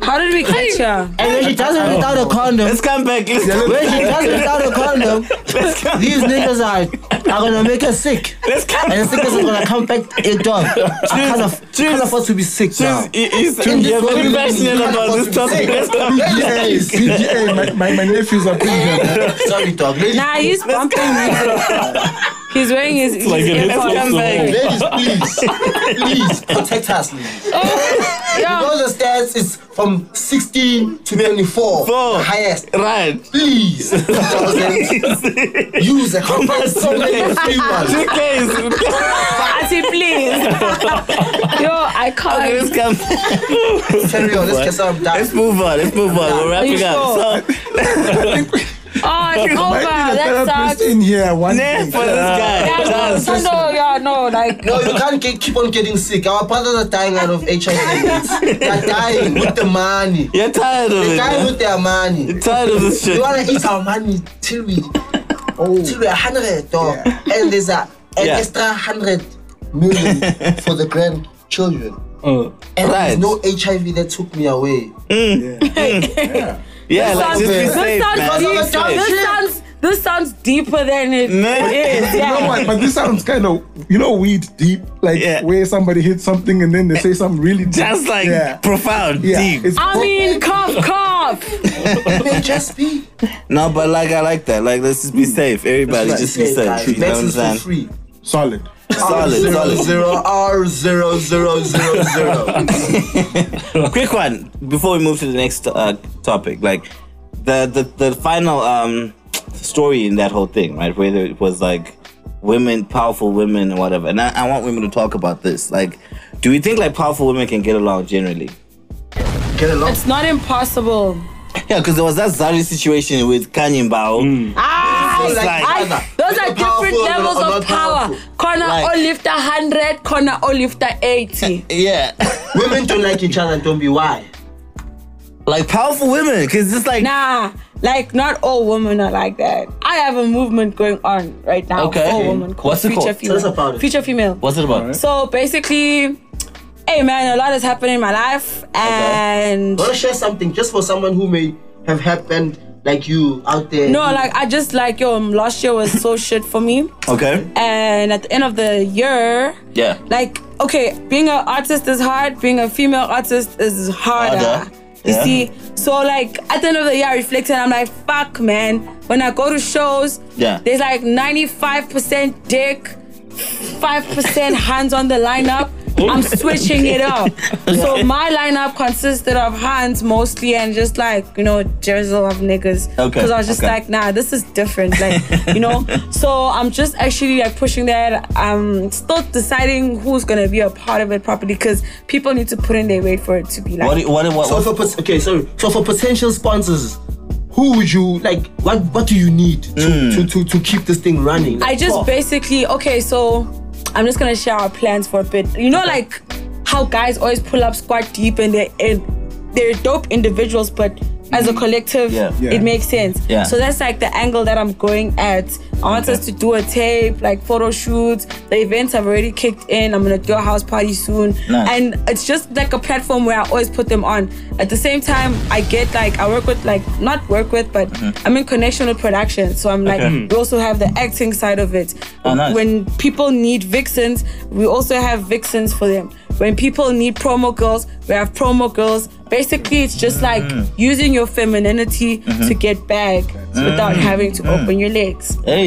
B: How did we catch her?
D: And when she does
A: Oh.
D: it without a condom,
A: Let's come back. Let's,
D: when she does it without a condom,
A: let's come,
D: these niggas are, are gonna make her sick.
A: let's come
D: And the sickness is gonna come back to your dog. I can't, aff- can't afford to be sick now.
A: He- He's,
D: Change
A: you're
D: the
A: very
D: formula.
A: passionate about this topic. Let's
D: [LAUGHS]
A: come
E: Yes, PGA,
A: [LAUGHS]
E: my, my, my nephews are PGA.
D: Sorry, dog.
B: Nah, he's bumping music. He's wearing his, his
C: like an insult.
B: earphones.
A: come back.
D: Ladies, please, please protect us. Ladies.
B: Yo,
D: the stats is from 16 to 24,
A: Four.
D: the highest.
A: Right.
D: Please, [LAUGHS] use a compass so many free ones.
A: Two [LAUGHS] Ks.
B: auntie, please. [LAUGHS] Yo, I
A: Okay, Let's
B: can't.
A: come.
D: Carry on, let's get some
A: Let's move on. Let's move on. We're wrapping up. So,
B: Oh, it's over. That
E: Therapist
B: sucks.
E: in here, one
A: nah,
E: thing.
A: for this guy.
B: Yeah, no, Sando, yeah, no, like.
D: No, you can't ke- keep on getting sick. Our brothers are dying out of HIV. and AIDS. They're dying with the money.
A: You're tired of
D: They're
A: it.
D: dying with their money.
A: You're tired of this shit.
D: We wanna eat our money till we till
E: Oh,
D: we're hundred er dog. And there's a an
A: Yeah.
D: extra hundred million for the grandchildren.
B: Mm.
D: And
A: Right.
D: there's no HIV that took me away.
A: Yeah,
B: This
A: like
B: sounds,
A: just be
D: this
A: safe, man.
D: sounds
A: Be
D: deep.
A: safe.
D: Sounds
B: this sounds this sounds deeper than it
A: No. [LAUGHS]
B: is.
E: you know
B: Yeah.
E: what? But this sounds kind of, you know, weed deep, like
A: Yeah.
E: where somebody hits something and then they say something really deep.
A: That's like
E: yeah.
A: profound,
E: yeah.
A: deep.
E: It's
B: I mean, cough, cough.
D: It may just be
A: No, but like I like that. Like let's just be safe. Everybody
D: That's
A: just
D: what I
A: be
D: say,
A: safe.
D: guys.
A: You know what I'm
D: Medicines for
A: saying?
D: free.
E: solid.
A: Solid,
D: Zero
A: solid.
D: zero R zero zero zero zero.
A: Quick one before we move to the next uh, topic. Like the the the final um story in that whole thing, right? Whether it was like women, powerful women, and whatever. And I, I want women to talk about this. Like, do we think like powerful women can get along generally?
D: Get along.
B: It's not impossible.
A: Yeah, because there was that Zari situation with Kanye Bao.
B: Ah,
A: It's like-
B: I- those are different
D: Powerful or
B: levels
D: not
B: of power.
D: powerful.
B: Connor
A: Like-
B: only lifter hundred, Connor only lifter eighty.
A: Yeah,
D: Women don't like each other. Don't be why.
A: like powerful women, because it's like
B: nah, like not all women are like that. I have a movement going on right now.
A: Okay.
B: all women called
A: What's it
B: future
A: called?
B: female.
D: Tell us about it.
B: Future female.
A: what's it about?
B: So basically, hey man, a lot has happened in my life, and
D: Want to share something just for someone who may have happened like you out there?
B: no, like I just like yo, um, last year was so shit for me,
A: Okay.
B: and at the end of the year,
A: Yeah.
B: like okay being an artist is hard being a female artist is harder,
A: Harder,
B: you
A: yeah.
B: see so like at the end of the year i reflect and i'm like fuck man when i go to shows
A: Yeah.
B: there's like 95% dick
A: [LAUGHS]
B: 5% hands on the lineup i'm switching it up
A: [LAUGHS]
B: so my lineup consisted of hands mostly and just like you know drizzle of niggas
A: Okay,
B: because i was just
A: okay.
B: like like, nah, this is different. Like,
A: [LAUGHS]
B: you know? So I'm just actually like pushing that. I'm still deciding who's gonna be a part of it properly because people need to put in their weight for it to be like
A: What? do you- What? What?
D: So
A: what
D: for pot- okay, sorry. So for potential sponsors, who would you like? What What do you need to
A: Hmm.
D: to, to, to keep this thing running?
B: I just
D: Oh,
B: basically okay, so I'm just gonna share our plans for a bit. You know, like how guys always pull up squat deep and they're and they're dope individuals, but as a collective,
A: Mm-hmm. Yeah.
E: Yeah.
B: it makes sense.
A: Yeah.
B: So that's like the angle that I'm going at. I want us to do a tape, like photo shoots. The events have already kicked in. I'm gonna do a house party soon,
A: Nice.
B: and it's just like a platform where I always put them on. At the same time, I get like I work with like not work with, but I'm in connection with production. So I'm like we also have the acting side of it.
A: Oh, nice.
B: When people need vixens, we also have vixens for them. When people need promo girls, we have promo girls. Basically, it's just
A: Mm-hmm.
B: like using your femininity to get back without
A: Mm-hmm.
B: having to
A: Mm.
B: open your legs.
A: hey,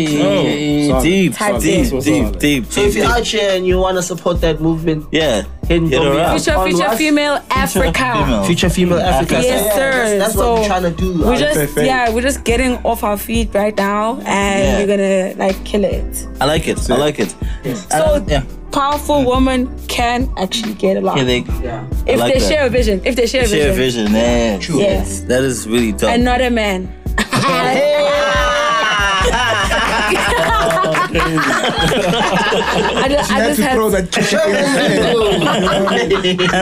E: solid.
A: deep,
B: Solid.
A: deep,
E: Solid.
A: deep, deep,
D: So if
A: deep.
D: you're out here and you want to support that movement,
A: Yeah.
D: Hidden
A: Hit her
D: Bobby.
A: up.
B: Future,
D: On
B: future
D: what?
B: female Africa.
A: Female.
D: Future Female Africa.
A: Africa.
B: Yes, sir.
D: that's- That's, what we're
B: So,
D: trying to do.
B: We're
D: I-
B: just
E: FFA.
B: yeah, we're just getting off our feet right now,
A: Yeah.
B: and we're gonna like kill it.
A: I like it. I like it.
B: So
A: So yeah,
B: powerful
A: Mm.
B: women can actually get along
A: yeah, they
D: yeah.
B: if
A: like
B: they
A: that.
B: share a vision. If they share a
A: share
B: vision,
A: a vision. Yeah, true.
B: Yes.
A: That is really tough.
B: and not a man. [LAUGHS] I just,
E: You
B: I
E: have
B: just
E: to
B: had
E: throw
B: [LAUGHS]
E: that chicken in there.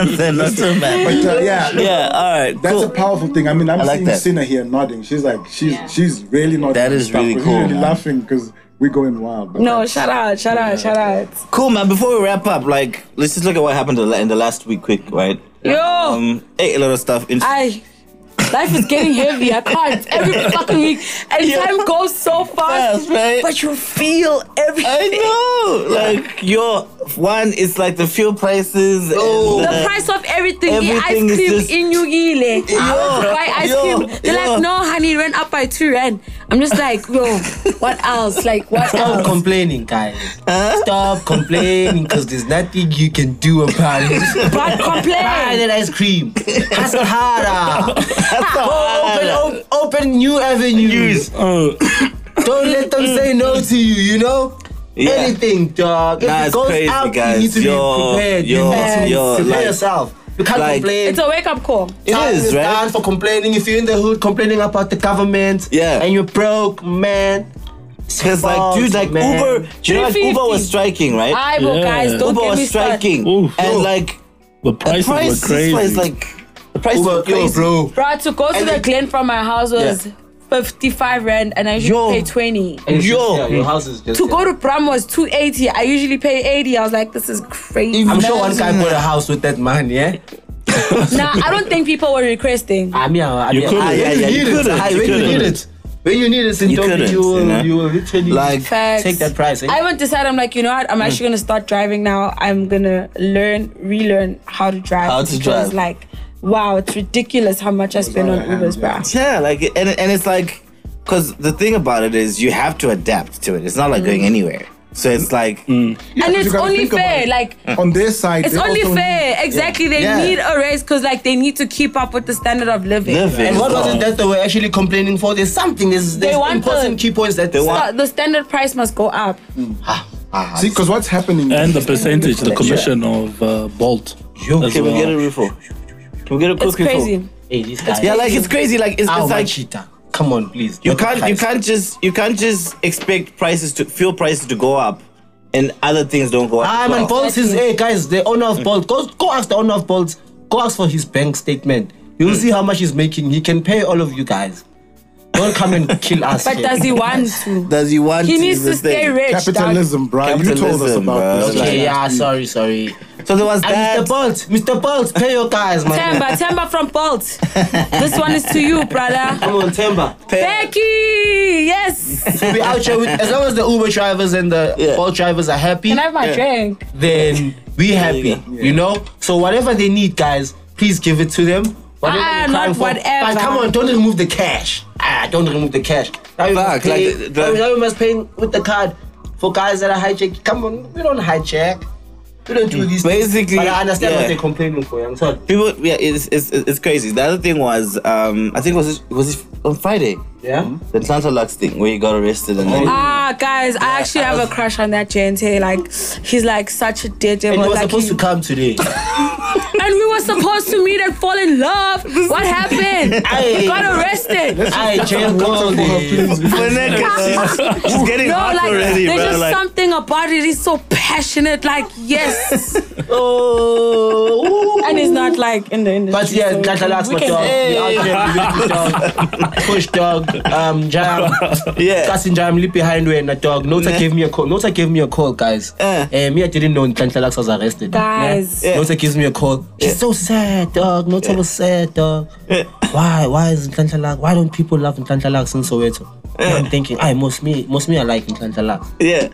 A: [LAUGHS] And then not so bad.
E: [LAUGHS] But, uh, yeah, look,
A: Yeah. All right.
E: that's
A: cool.
E: a powerful thing. I mean, I'm
A: I like
E: seeing
A: that.
E: Sina here nodding. She's like, she's she's really nodding.
A: That is
E: and stuff.
A: really
E: We're
A: cool,
E: Really
A: man.
E: laughing because we're going wild. but
B: no.
E: that's-
B: Shout out, shout out, shout out.
A: cool, man. Before we wrap up, like, let's just look at what happened in the last week, quick, right?
B: Yo.
A: Um, ate a lot of stuff. In-
B: I life is getting heavy. I can't
A: [LAUGHS]
B: every fucking week, and time goes so fast.
A: Fast, right?
B: But you feel
A: I
B: everything.
A: know. Like your one is like the fuel prices. Oh,
B: The price of everything, the ice
A: Everything is
B: cream
A: just-
B: in Yugile. I want to
A: Yo,
B: buy ice
A: yo,
B: cream. They're
A: yo.
B: like, no, honey, it went up by two rand. I'm just like, yo, what else? Like,
A: [LAUGHS]
B: what
D: Stop
B: else?
D: complaining, guys. Stop complaining because there's nothing you can do about
A: [LAUGHS]
D: it.
B: But
D: Buy
B: complain.
D: that ice cream.
A: [LAUGHS]
D: That's harder.
A: [LAUGHS] That's
D: Open, op- open new avenues.
C: Oh,
D: Don't let them say no to you, you know?
A: Yeah.
D: Anything, dog. If
A: Nah,
D: it
A: it's
D: goes
A: crazy,
D: out,
A: guys.
D: you need to
A: Yo,
D: be prepared.
A: yo,
D: you need to
A: yo,
D: prepare
A: like-
D: yourself. You can't
A: like-
D: complain.
B: It's a wake up call.
A: it
D: Time
A: is, right?
D: down for complaining. If you're in the hood complaining about the government
A: Yeah.
D: and you're broke, man.
A: Because like, dude, like
D: Man.
A: Uber. Do you know like Uber
B: 350.
A: was striking, right?
B: I will,
C: Yeah.
B: guys, don't
A: Uber
B: get
A: was
B: me started.
A: striking,
C: Oof.
A: and like
C: the
A: the
C: prices
A: price
C: were
A: this was
C: crazy.
A: like the price
D: Uber,
A: was
D: yo,
A: crazy.
D: bro.
B: Bro, to go to
A: And
B: the
A: it-
B: Glen from my house was 55 rand, and I usually
A: Yo.
B: pay 20.
D: It's just-
A: Yo.
D: yeah, your house is just.
B: To go to Bram was 280. I usually pay 80. I was like, this is crazy.
A: Even-
D: I'm sure one guy bought a house with that money, yeah?
B: nah, I don't think people were requesting.
D: I mean, I I
C: You
D: mean,
C: couldn't.
D: I-
A: Yeah,
D: ah. when
A: yeah,
D: you
A: you
D: need it,
A: couldn't,
D: I-
A: you
D: when you
A: couldn't.
D: need it, when you need it, in
A: You
D: Dublin,
A: couldn't,
D: you
A: you
D: will,
A: know?
D: you will literally
A: Like,
B: Facts.
D: take that price. eh? Mm.
B: I haven't decided. I'm like, you know what? I'm actually gonna start driving now. I'm gonna learn, relearn how to drive.
A: How to
B: because,
A: drive.
B: Like, wow, it's ridiculous how much I spend on
E: out of hand,
B: Ubers,
E: yeah.
B: bruh.
A: Yeah, like and and it's like because the thing about it is you have to adapt to it. It's not like going
B: Mm.
A: anywhere. So it's like
B: and
E: but you
B: it's
E: gotta
B: only
E: think about
B: fair.
E: it.
B: Like,
D: Mm.
E: on their side,
B: it's
E: they
B: only
E: also
B: fair. Exactly. They
A: Yeah.
B: need a raise because, like, they need to keep up with the standard of living.
A: living.
D: And what was
A: um,
D: it that they were actually complaining for? There's something. There's, there's
B: want
D: important
B: the-
D: key points that
A: They want-
B: So the standard price must go up. Ah,
E: need- See, because what's happening?
C: and the percentage, the commission of uh, Bolt. as
A: Can we
C: well.
A: get a refill? Can we get a quick
B: It's crazy.
D: Hey, this guy.
A: Yeah, like it's crazy. Like it's,
D: Ow,
A: it's
D: my
A: like
D: cheetah. Come on, please.
A: you
D: Look at
A: can't you
D: price.
A: can't just you can't just expect prices to fuel prices to go up, and other things don't go up.
D: Ah,
A: as
D: man,
A: well.
D: Bolt is hey guys, the owner
B: Mm.
D: of Bolt. Go, go ask the owner of Bolt. Go ask for his bank statement. You'll
B: Mm.
D: see how much he's making. He can pay all of you guys. Don't come and
B: [LAUGHS]
D: kill us.
B: But
D: here.
B: does he want to?
A: Does he want?
B: He needs
A: the
B: to stay
A: thing?
B: rich. Capitalism.
E: Capitalism, bro. You told us
A: Capitalism, bruh.
E: about this.
A: like-
D: Okay, yeah, sorry, sorry.
A: So there was
D: Ah, Mr.
A: that.
D: Bolt, Mr. Bolt, pay your guys, man.
B: Temba, Temba from Bolt. this one is to you, brother.
D: Come on, Temba.
B: Becky, yes.
D: We'll be out here with, as long as the Uber drivers and the Bolt drivers are happy.
B: Can I have my drink?
A: [LAUGHS]
D: then we happy.
A: Yeah.
D: You know? So whatever they need, guys, please give it to them. Whatever
B: Ah,
D: they're
B: not
D: crying for.
B: whatever.
D: But come on, don't remove the cash. Ah, don't remove the cash. Now you
A: Fuck,
D: must pay.
A: like,
D: now,
A: the-
D: now you must pay with the card for guys that are hijacked. Come on, we don't hijack. We don't do these things.
A: Basically,
D: But I understand what
A: yeah.
D: they're complaining for. I'm sorry.
A: People, yeah, it's, it's it's crazy. The other thing was, um, I think was it, was it on Friday,
D: Yeah.
A: the Atlanta Lux thing where he got arrested and then.
B: Ah, guys, I actually have a crush on that JNT. Like, he's like such a daredevil.
D: And he was
B: like,
D: supposed
B: he-
D: to
B: [LAUGHS]
D: come today.
B: and we were supposed to meet and fall in love.
D: [LAUGHS]
B: What happened?
D: Aye.
B: He got arrested.
D: I
A: [LAUGHS]
D: Jam
A: But then,
B: [LAUGHS]
A: guys, she's, she's getting
B: No,
A: hot
B: like
A: already,
B: there's
A: bro.
B: just
A: like,
B: something about it. He's so passionate. Like
D: [LAUGHS]
B: yes,
D: Oh.
B: and he's not like in the industry.
D: But yeah,
B: so
D: that's the last
B: we
D: one,
B: can-
D: dog. We out there, we with the dog. Push dog. Um, Jam.
A: Yeah.
D: Casting Jam, leap behind way and a dog. Nota gave me a call. Nota gave me a call, guys.
A: Eh.
D: Eh, me, I didn't know Ntantlalax was arrested.
B: Guys.
D: Yeah.
A: Yeah.
D: Nota gives me a call. She's so sad, dog. Nota was sad, dog. Why? Why is Ntantlalax? Why don't people love Ntantlalax in Soweto? And I'm thinking, I most me, most me, I like Ntantlalax.
A: yeah.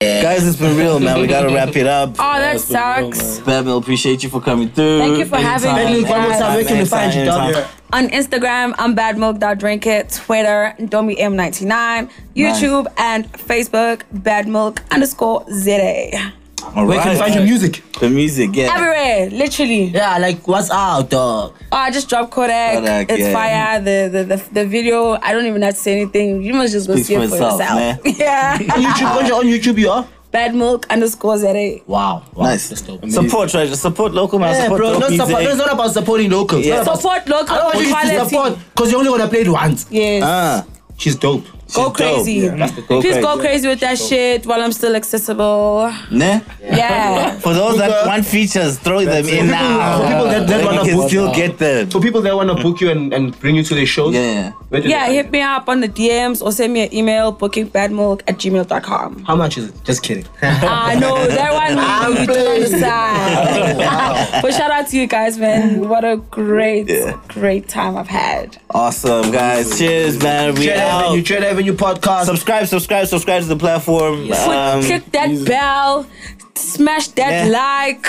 A: Guys, it's been real, man. We gotta wrap it up.
B: Oh, that
C: it's been real,
B: sucks.
A: Batman, appreciate you for coming through.
B: Thank you for having me,
A: Anytime,
B: guys.
A: anytime,
D: Where can we find you,
A: anytime,
D: dog?
A: anytime.
B: On Instagram, I'm badmilk.drinkit. Twitter, Domi M99. YouTube and Facebook, badmilk underscore ZA.
A: All
D: Where can
A: right.
D: you find your music?
A: The music, yeah.
B: Everywhere, literally.
D: Yeah, like what's out, dog?
B: Oh, I just dropped Kodak.
A: Kodak,
B: it's
A: yeah.
B: fire. The, the the the video. I don't even have to say anything. You must just go
A: Speaks
B: see it
A: for
B: for
A: itself,
B: yourself.
A: man. [LAUGHS]
B: [LAUGHS] Yeah.
D: On YouTube, on your- on YouTube, you are.
B: Bad milk underscore ZA.
D: Wow, wow,
A: Nice.
D: That's dope.
A: Support, treasure. Support local man.
D: Yeah,
A: support
D: bro,
A: local
D: not support,
A: music.
D: it's not about supporting locals.
A: Yeah.
D: It's not about-
B: Support local
D: I don't want you to
B: quality.
D: support because you only gonna play it once.
B: Yes.
A: Ah,
D: She's dope.
B: go
A: dope.
B: crazy.
A: Yeah. That's the- go
B: Please
A: crazy.
B: go crazy with that shit while I'm still accessible.
A: Nah? [LAUGHS]
B: Yeah.
A: For those that
D: Because-
A: want features, throw them in now.
D: for people that- that
A: Then
D: wanna
A: you can
D: book
A: still
D: now.
A: get them.
D: For people that wanna book you and, and bring you to their shows,
A: Yeah.
D: where do they
B: Yeah,
D: find
B: hit
D: you?
B: me up on the DMs or send me an email bookingbadmilk at gmail.com.
D: How much is it? Just kidding. [LAUGHS]
B: I know Ah, that one you don't
D: Oh. playing.
B: understand. but shout out to you guys, man. What a great,
A: Yeah.
B: great time I've had.
A: Awesome, guys. Cheers, man. We
D: Trade
A: out.
D: Avenue, Trade Avenue podcast.
A: subscribe, subscribe, subscribe to the platform. Um,
B: Put- click that bell, smash that
A: Yeah.
B: like,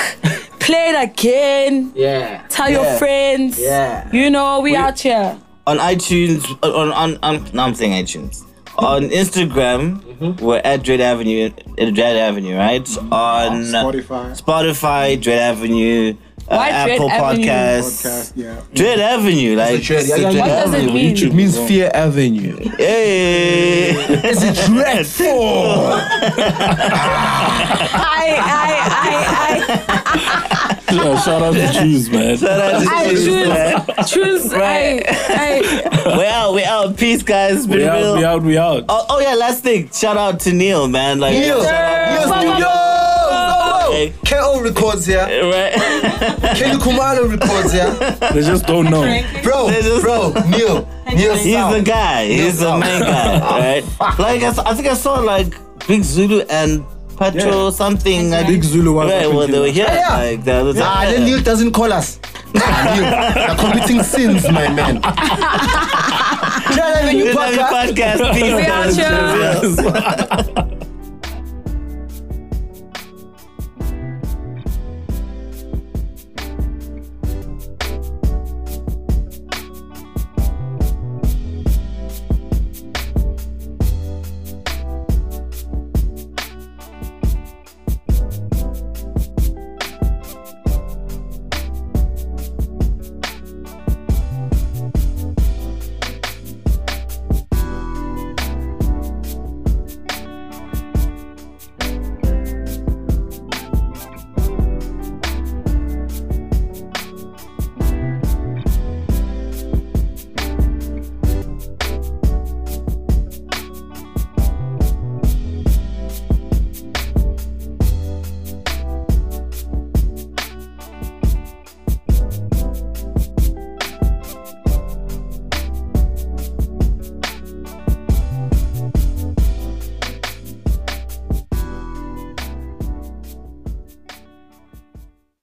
B: play it again,
D: yeah.
B: tell your friends.
D: Yeah.
B: You know, we out here.
A: on iTunes, uh, on on, on no, I'm saying iTunes. On Instagram, we're at Dread Avenue, at Dread Avenue, right? On
E: Spotify,
A: Spotify, Dread Avenue, uh,
B: Why Dread
A: Apple
B: Avenue?
A: Podcasts.
E: podcast, yeah.
A: Dread Avenue, like
D: Dread,
A: it's
D: yeah,
A: a
D: yeah,
A: Dread
D: yeah.
B: What does it
A: Avenue.
B: mean?
D: It means Fear Avenue. [LAUGHS]
A: Hey,
D: It's a dreadful.
B: I, I, I,
C: Yeah,
A: [LAUGHS]
C: shout out to Jews, man.
B: I, I
A: man.
B: choose, choose, I, I,
A: we out, we out. Peace, guys. It's been
C: We
A: real.
C: out, we out, we out.
A: Oh, oh yeah, last thing. Shout out to Neil, man. Like
D: Neil,
A: shout out-
D: Neil Studios. Oh,
A: Okay.
D: whoa. KO
A: [LAUGHS]
D: records here.
A: Right.
D: Kenny Kumalo records here.
C: They just
B: [LAUGHS]
C: don't know.
F: Drink.
D: Bro,
A: They just-
D: bro, Neil. Neil Oh,
A: He's
D: Sound.
A: the guy. He's the main
D: [LAUGHS]
A: guy, right? Like I, saw- I think I saw like Big Zulu and Petro something. Like,
E: Big Zulu was
A: Right,
E: up in
A: well they were
E: Kenya.
A: here.
D: Yeah.
A: Like the other
D: Ah, then Neil doesn't call us. [LAUGHS] Ah, Neil, you're committing sins, my man. [LAUGHS] Trade Avenue
A: Good
D: podcast. [LAUGHS]
A: podcast. Peace, guys.
B: We out, y'all.
A: Cheers.